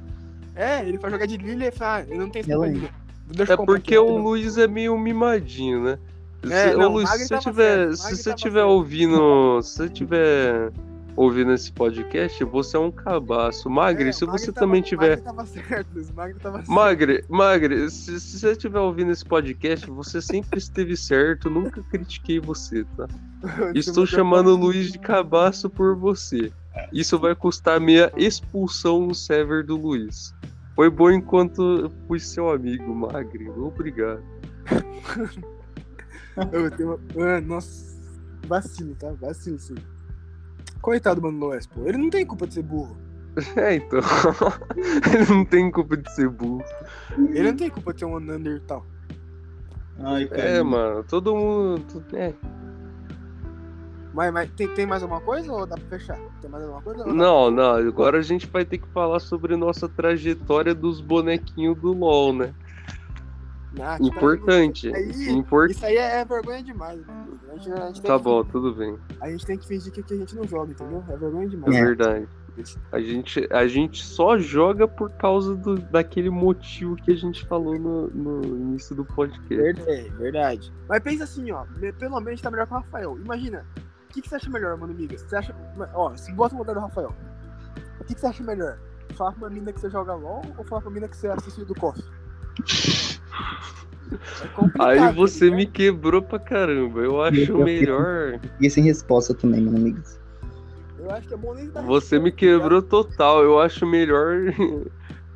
Speaker 2: É, ele vai jogar de Lily e fala, ah, ele não tem skin
Speaker 1: Eu
Speaker 2: pra
Speaker 1: lembro.
Speaker 2: Lily. Deixa
Speaker 3: É
Speaker 2: eu comprar
Speaker 3: porque
Speaker 2: aqui,
Speaker 3: o
Speaker 2: entendeu?
Speaker 3: Luiz é meio mimadinho, né? Se,
Speaker 2: É,
Speaker 3: ô,
Speaker 2: não,
Speaker 3: Luiz,
Speaker 2: Magri
Speaker 3: se você
Speaker 2: tava
Speaker 3: tiver,
Speaker 2: certo,
Speaker 3: se
Speaker 2: Magri
Speaker 3: você
Speaker 2: tava
Speaker 3: tiver
Speaker 2: certo.
Speaker 3: ouvindo, se você tiver ouvindo esse podcast, você é um cabaço. Magri,
Speaker 2: É,
Speaker 3: se
Speaker 2: o Magri
Speaker 3: você
Speaker 2: tava-
Speaker 3: também tiver
Speaker 2: O Magri tava certo, Luiz, o Magri tava certo.
Speaker 3: Magre, Magre, se, se você estiver ouvindo esse podcast, você sempre esteve certo, nunca critiquei você, tá? Estou chamando o Luiz de cabaço por você. Isso vai custar minha expulsão no server do Luiz. Foi bom enquanto eu fui seu amigo, Magre. Obrigado.
Speaker 2: Eu tenho... ah, nossa, vacilo, tá? Vacilo, sim. Coitado do Mano Loes, pô. Ele não tem culpa de ser burro.
Speaker 3: É, então. *laughs* Ele não tem culpa de ser burro.
Speaker 2: Ele não tem culpa de ser um Neandertal.
Speaker 1: Ai,
Speaker 3: É, mano, todo mundo. É.
Speaker 2: Mas, mas tem, tem mais alguma coisa ou dá pra fechar? Tem mais alguma coisa? ou dá-
Speaker 3: Não, não, agora a gente vai ter que falar sobre nossa trajetória dos bonequinhos do LoL, né?
Speaker 2: Ah, que
Speaker 3: Importante.
Speaker 2: Aí- pra-
Speaker 3: Import...
Speaker 2: Isso é aí é, é vergonha demais. mano. A gente, a gente tem
Speaker 3: Tá
Speaker 2: que-
Speaker 3: bom, tudo bem.
Speaker 2: A gente tem que fingir que, que a gente não joga, entendeu? É vergonha
Speaker 3: É
Speaker 2: demais.
Speaker 3: verdade. A gente, a gente só joga por causa do, daquele motivo que a gente falou no, no início do podcast.
Speaker 2: Verdade, verdade. Mas pensa assim, ó. me- Pelo menos a gente tá melhor que o Rafael. Imagina. O que, que você acha melhor, mano, amiga? Você acha. Ó, se bota o lugar do Rafael. O que, que você acha melhor? Falar pra uma mina que você joga LOL ou falar pra uma mina que você assiste do COF? É complicado.
Speaker 3: Aí
Speaker 2: tá
Speaker 3: você me
Speaker 2: ligado?
Speaker 3: quebrou pra caramba. Eu
Speaker 1: Meu
Speaker 3: acho
Speaker 1: Deus.
Speaker 3: melhor.
Speaker 1: Fiquei sem resposta também, meus amigos.
Speaker 2: Eu acho que é bom nem dar
Speaker 3: Você
Speaker 2: resposta, tá
Speaker 3: me
Speaker 2: ligado?
Speaker 3: quebrou total. Eu acho melhor. *laughs*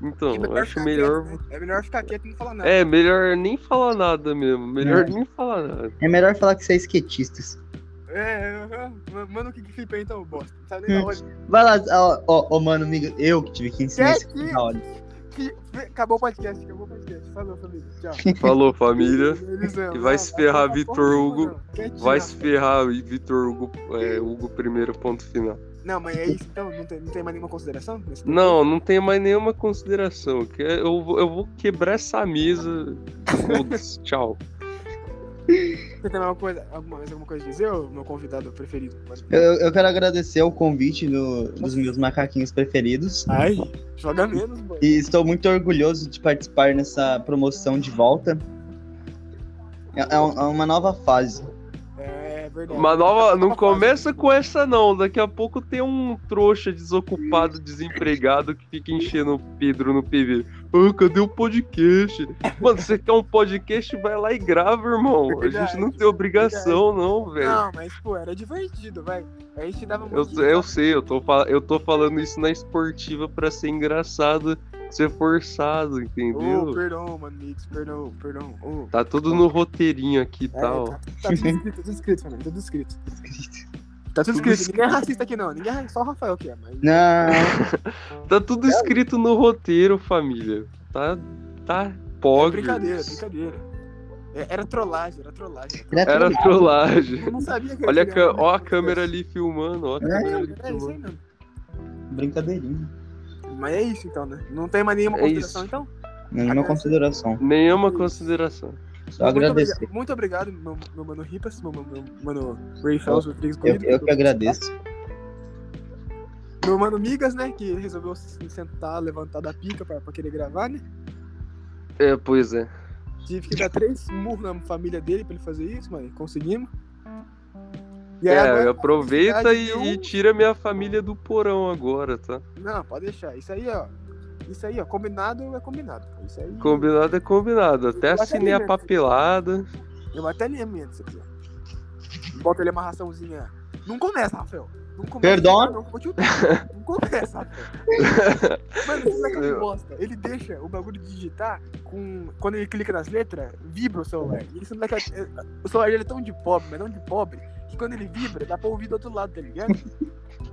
Speaker 3: Então,
Speaker 2: É
Speaker 3: eu acho
Speaker 2: ficar
Speaker 3: melhor.
Speaker 2: quieto, né? É melhor ficar quieto e não falar nada.
Speaker 3: É, melhor nem falar nada mesmo. Melhor
Speaker 1: É.
Speaker 3: nem falar nada.
Speaker 1: É melhor falar que você é esquetistas.
Speaker 2: É, aham. manda o kickflip aí então, bosta. Não sabe nem da onde.
Speaker 1: Vai lá, ó, ó, ó, mano, amigo, eu que tive que
Speaker 2: É
Speaker 1: ensinar isso aqui na hora.
Speaker 2: Que- Acabou o podcast, acabou o podcast. Falou, família. Tchau.
Speaker 3: Falou,
Speaker 2: *laughs*
Speaker 3: família.
Speaker 2: Eles amam.
Speaker 3: E vai se ferrar, Vitor
Speaker 2: porra nenhuma,
Speaker 3: Hugo.
Speaker 2: não. Quietinho,
Speaker 3: Vai
Speaker 2: Rafa.
Speaker 3: se ferrar, e Vitor Hugo, é, Hugo primeiro ponto final.
Speaker 2: Não, mas é isso então? Não tem, não tem mais nenhuma consideração? nesse ponto?
Speaker 3: Não, não tem mais nenhuma consideração. que é, Eu vou, eu vou quebrar essa mesa. Foda-se, tchau.
Speaker 2: Você tem alguma coisa, alguma, mais alguma coisa a dizer, ô, meu convidado preferido? Pode-
Speaker 1: Eu, eu quero agradecer o convite do- dos meus macaquinhos preferidos.
Speaker 2: Ai, joga menos, mano.
Speaker 1: E estou muito orgulhoso de participar nessa promoção de volta. É, é um- é uma nova fase.
Speaker 2: É verdade.
Speaker 3: Uma nova. Não começa com essa, não. Daqui a pouco tem um trouxa desocupado, desempregado que fica enchendo o Pedro no PV. Ah, cadê o podcast? Mano, você quer um podcast? Vai lá e grava, irmão. A gente não tem obrigação, não, velho.
Speaker 2: Não, mas, pô, era divertido, vai. A gente dava
Speaker 3: Eu,
Speaker 2: muito.
Speaker 3: eu sei, eu tô, fa- eu tô falando isso na esportiva pra ser engraçado, ser forçado,
Speaker 2: Oh,
Speaker 3: entendeu?
Speaker 2: perdão, mano, Mix, perdão, perdão. Oh.
Speaker 3: Tá tudo no roteirinho aqui e
Speaker 2: É,
Speaker 3: tal.
Speaker 2: tá, tá tudo escrito, tudo escrito, mano, tudo escrito. Tá tudo escrito, ninguém é racista aqui não, ninguém é, só o Rafael que é, mas...
Speaker 1: Não,
Speaker 3: Tá
Speaker 2: É.
Speaker 3: tudo escrito no roteiro, família. Tá. Tá. Pobre.
Speaker 2: É Brincadeira, brincadeira. É, era trollagem, era trollagem. era
Speaker 1: era
Speaker 3: Era
Speaker 1: é tudo.
Speaker 3: trollagem.
Speaker 2: Eu não sabia que eu
Speaker 3: Olha a,
Speaker 2: tinha
Speaker 3: cã-
Speaker 2: uma-
Speaker 3: ó a câmera ali filmando, ó a câmera ali
Speaker 2: né? É, é isso aí
Speaker 3: filmando.
Speaker 2: mesmo.
Speaker 1: brincadeirinha.
Speaker 2: Mas é isso então, né? Não tem mais nenhuma
Speaker 3: É
Speaker 2: consideração
Speaker 3: isso.
Speaker 2: então?
Speaker 1: Nenhuma consideração.
Speaker 3: Nenhuma consideração.
Speaker 1: Só agradecer.
Speaker 2: Muito obrigado, muito obrigado, meu, meu mano Ripas, meu, meu, meu mano Ray Fels, Rodrigues
Speaker 1: Eu,
Speaker 2: Bonito,
Speaker 1: eu que agradeço.
Speaker 2: Meu mano Migas, né? Que resolveu se sentar, levantar da pica pra, pra querer gravar, né?
Speaker 3: É, pois é.
Speaker 2: Tive que dar três murros na família dele pra ele fazer isso, mas conseguimos. E aí
Speaker 3: É,
Speaker 2: agora-
Speaker 3: aproveita e,
Speaker 2: cidade um-
Speaker 3: e tira minha família do porão agora, tá?
Speaker 2: Não, pode deixar. Isso aí, ó. Isso aí, ó. Combinado é combinado. pô. Isso aí.
Speaker 3: Combinado é combinado. Até
Speaker 2: Bota
Speaker 3: assinei a
Speaker 2: ali, né?
Speaker 3: papelada.
Speaker 2: Eu até nem menos isso aqui, ó. Bota ali uma raçãozinha. Não começa, Rafael. Não começa.
Speaker 1: Perdão?
Speaker 2: Não, vou te ouvir. Não começa, Rafael. Mano, esse moleque é uma bosta. Ele deixa o bagulho de digitar com. Quando ele clica nas letras, vibra o celular. E esse moleque. é- é- O celular dele é tão de pobre, mas tão de pobre, que quando ele vibra, dá pra ouvir do outro lado, tá ligado? Aí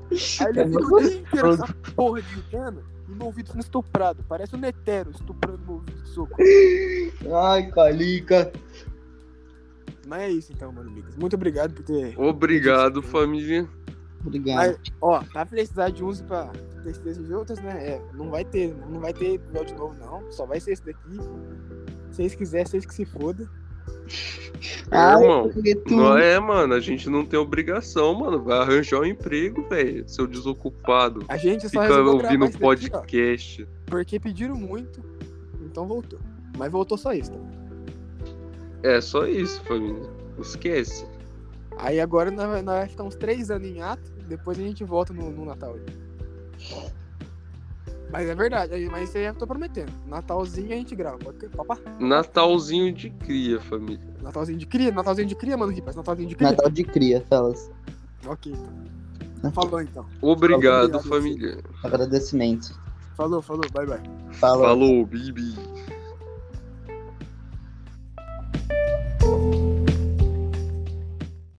Speaker 2: ele fica o dia inteiro com essa porra digitando e meu ouvido sendo estuprado. Parece um netero estuprando meu ouvido de soco.
Speaker 1: Ai, Calica.
Speaker 2: Mas é isso então, mano, Micas. Muito obrigado por ter
Speaker 3: Obrigado, família.
Speaker 1: Obrigado.
Speaker 2: Mas, ó, pra felicidade 11 pra tristeza de outras, né? É, não vai ter, não vai ter episódio novo, não. Só vai ser esse daqui. Se vocês quiserem, vocês que se foda.
Speaker 1: Ai,
Speaker 3: irmão,
Speaker 1: porque tu-
Speaker 3: Não é, mano. A gente não tem obrigação, mano. Vai arranjar um emprego, velho. Seu desocupado.
Speaker 2: A gente só
Speaker 3: Fica
Speaker 2: resolveu gravar
Speaker 3: ouvindo
Speaker 2: isso daqui, ó,
Speaker 3: podcast.
Speaker 2: porque pediram muito, então voltou. Mas voltou só isso, tá?
Speaker 3: É só isso, família. Esquece.
Speaker 2: Aí agora nós, vai- nós vai ficar uns três anos em ato, depois a gente volta no, no Natal. aí. Mas é verdade, aí- mas isso aí eu tô prometendo. Natalzinho a gente grava, pode ter, papá?
Speaker 3: Natalzinho de cria, família.
Speaker 2: Natalzinho de cria, Natalzinho de cria, mano, Ripas, Natalzinho de cria.
Speaker 1: Natal de cria, Felas.
Speaker 2: Ok, então. Falou então.
Speaker 3: Obrigado,
Speaker 2: Obrigado,
Speaker 3: família.
Speaker 1: Agradecimento.
Speaker 2: Falou, falou, bye bye.
Speaker 1: Falou.
Speaker 3: Falou, Bibi.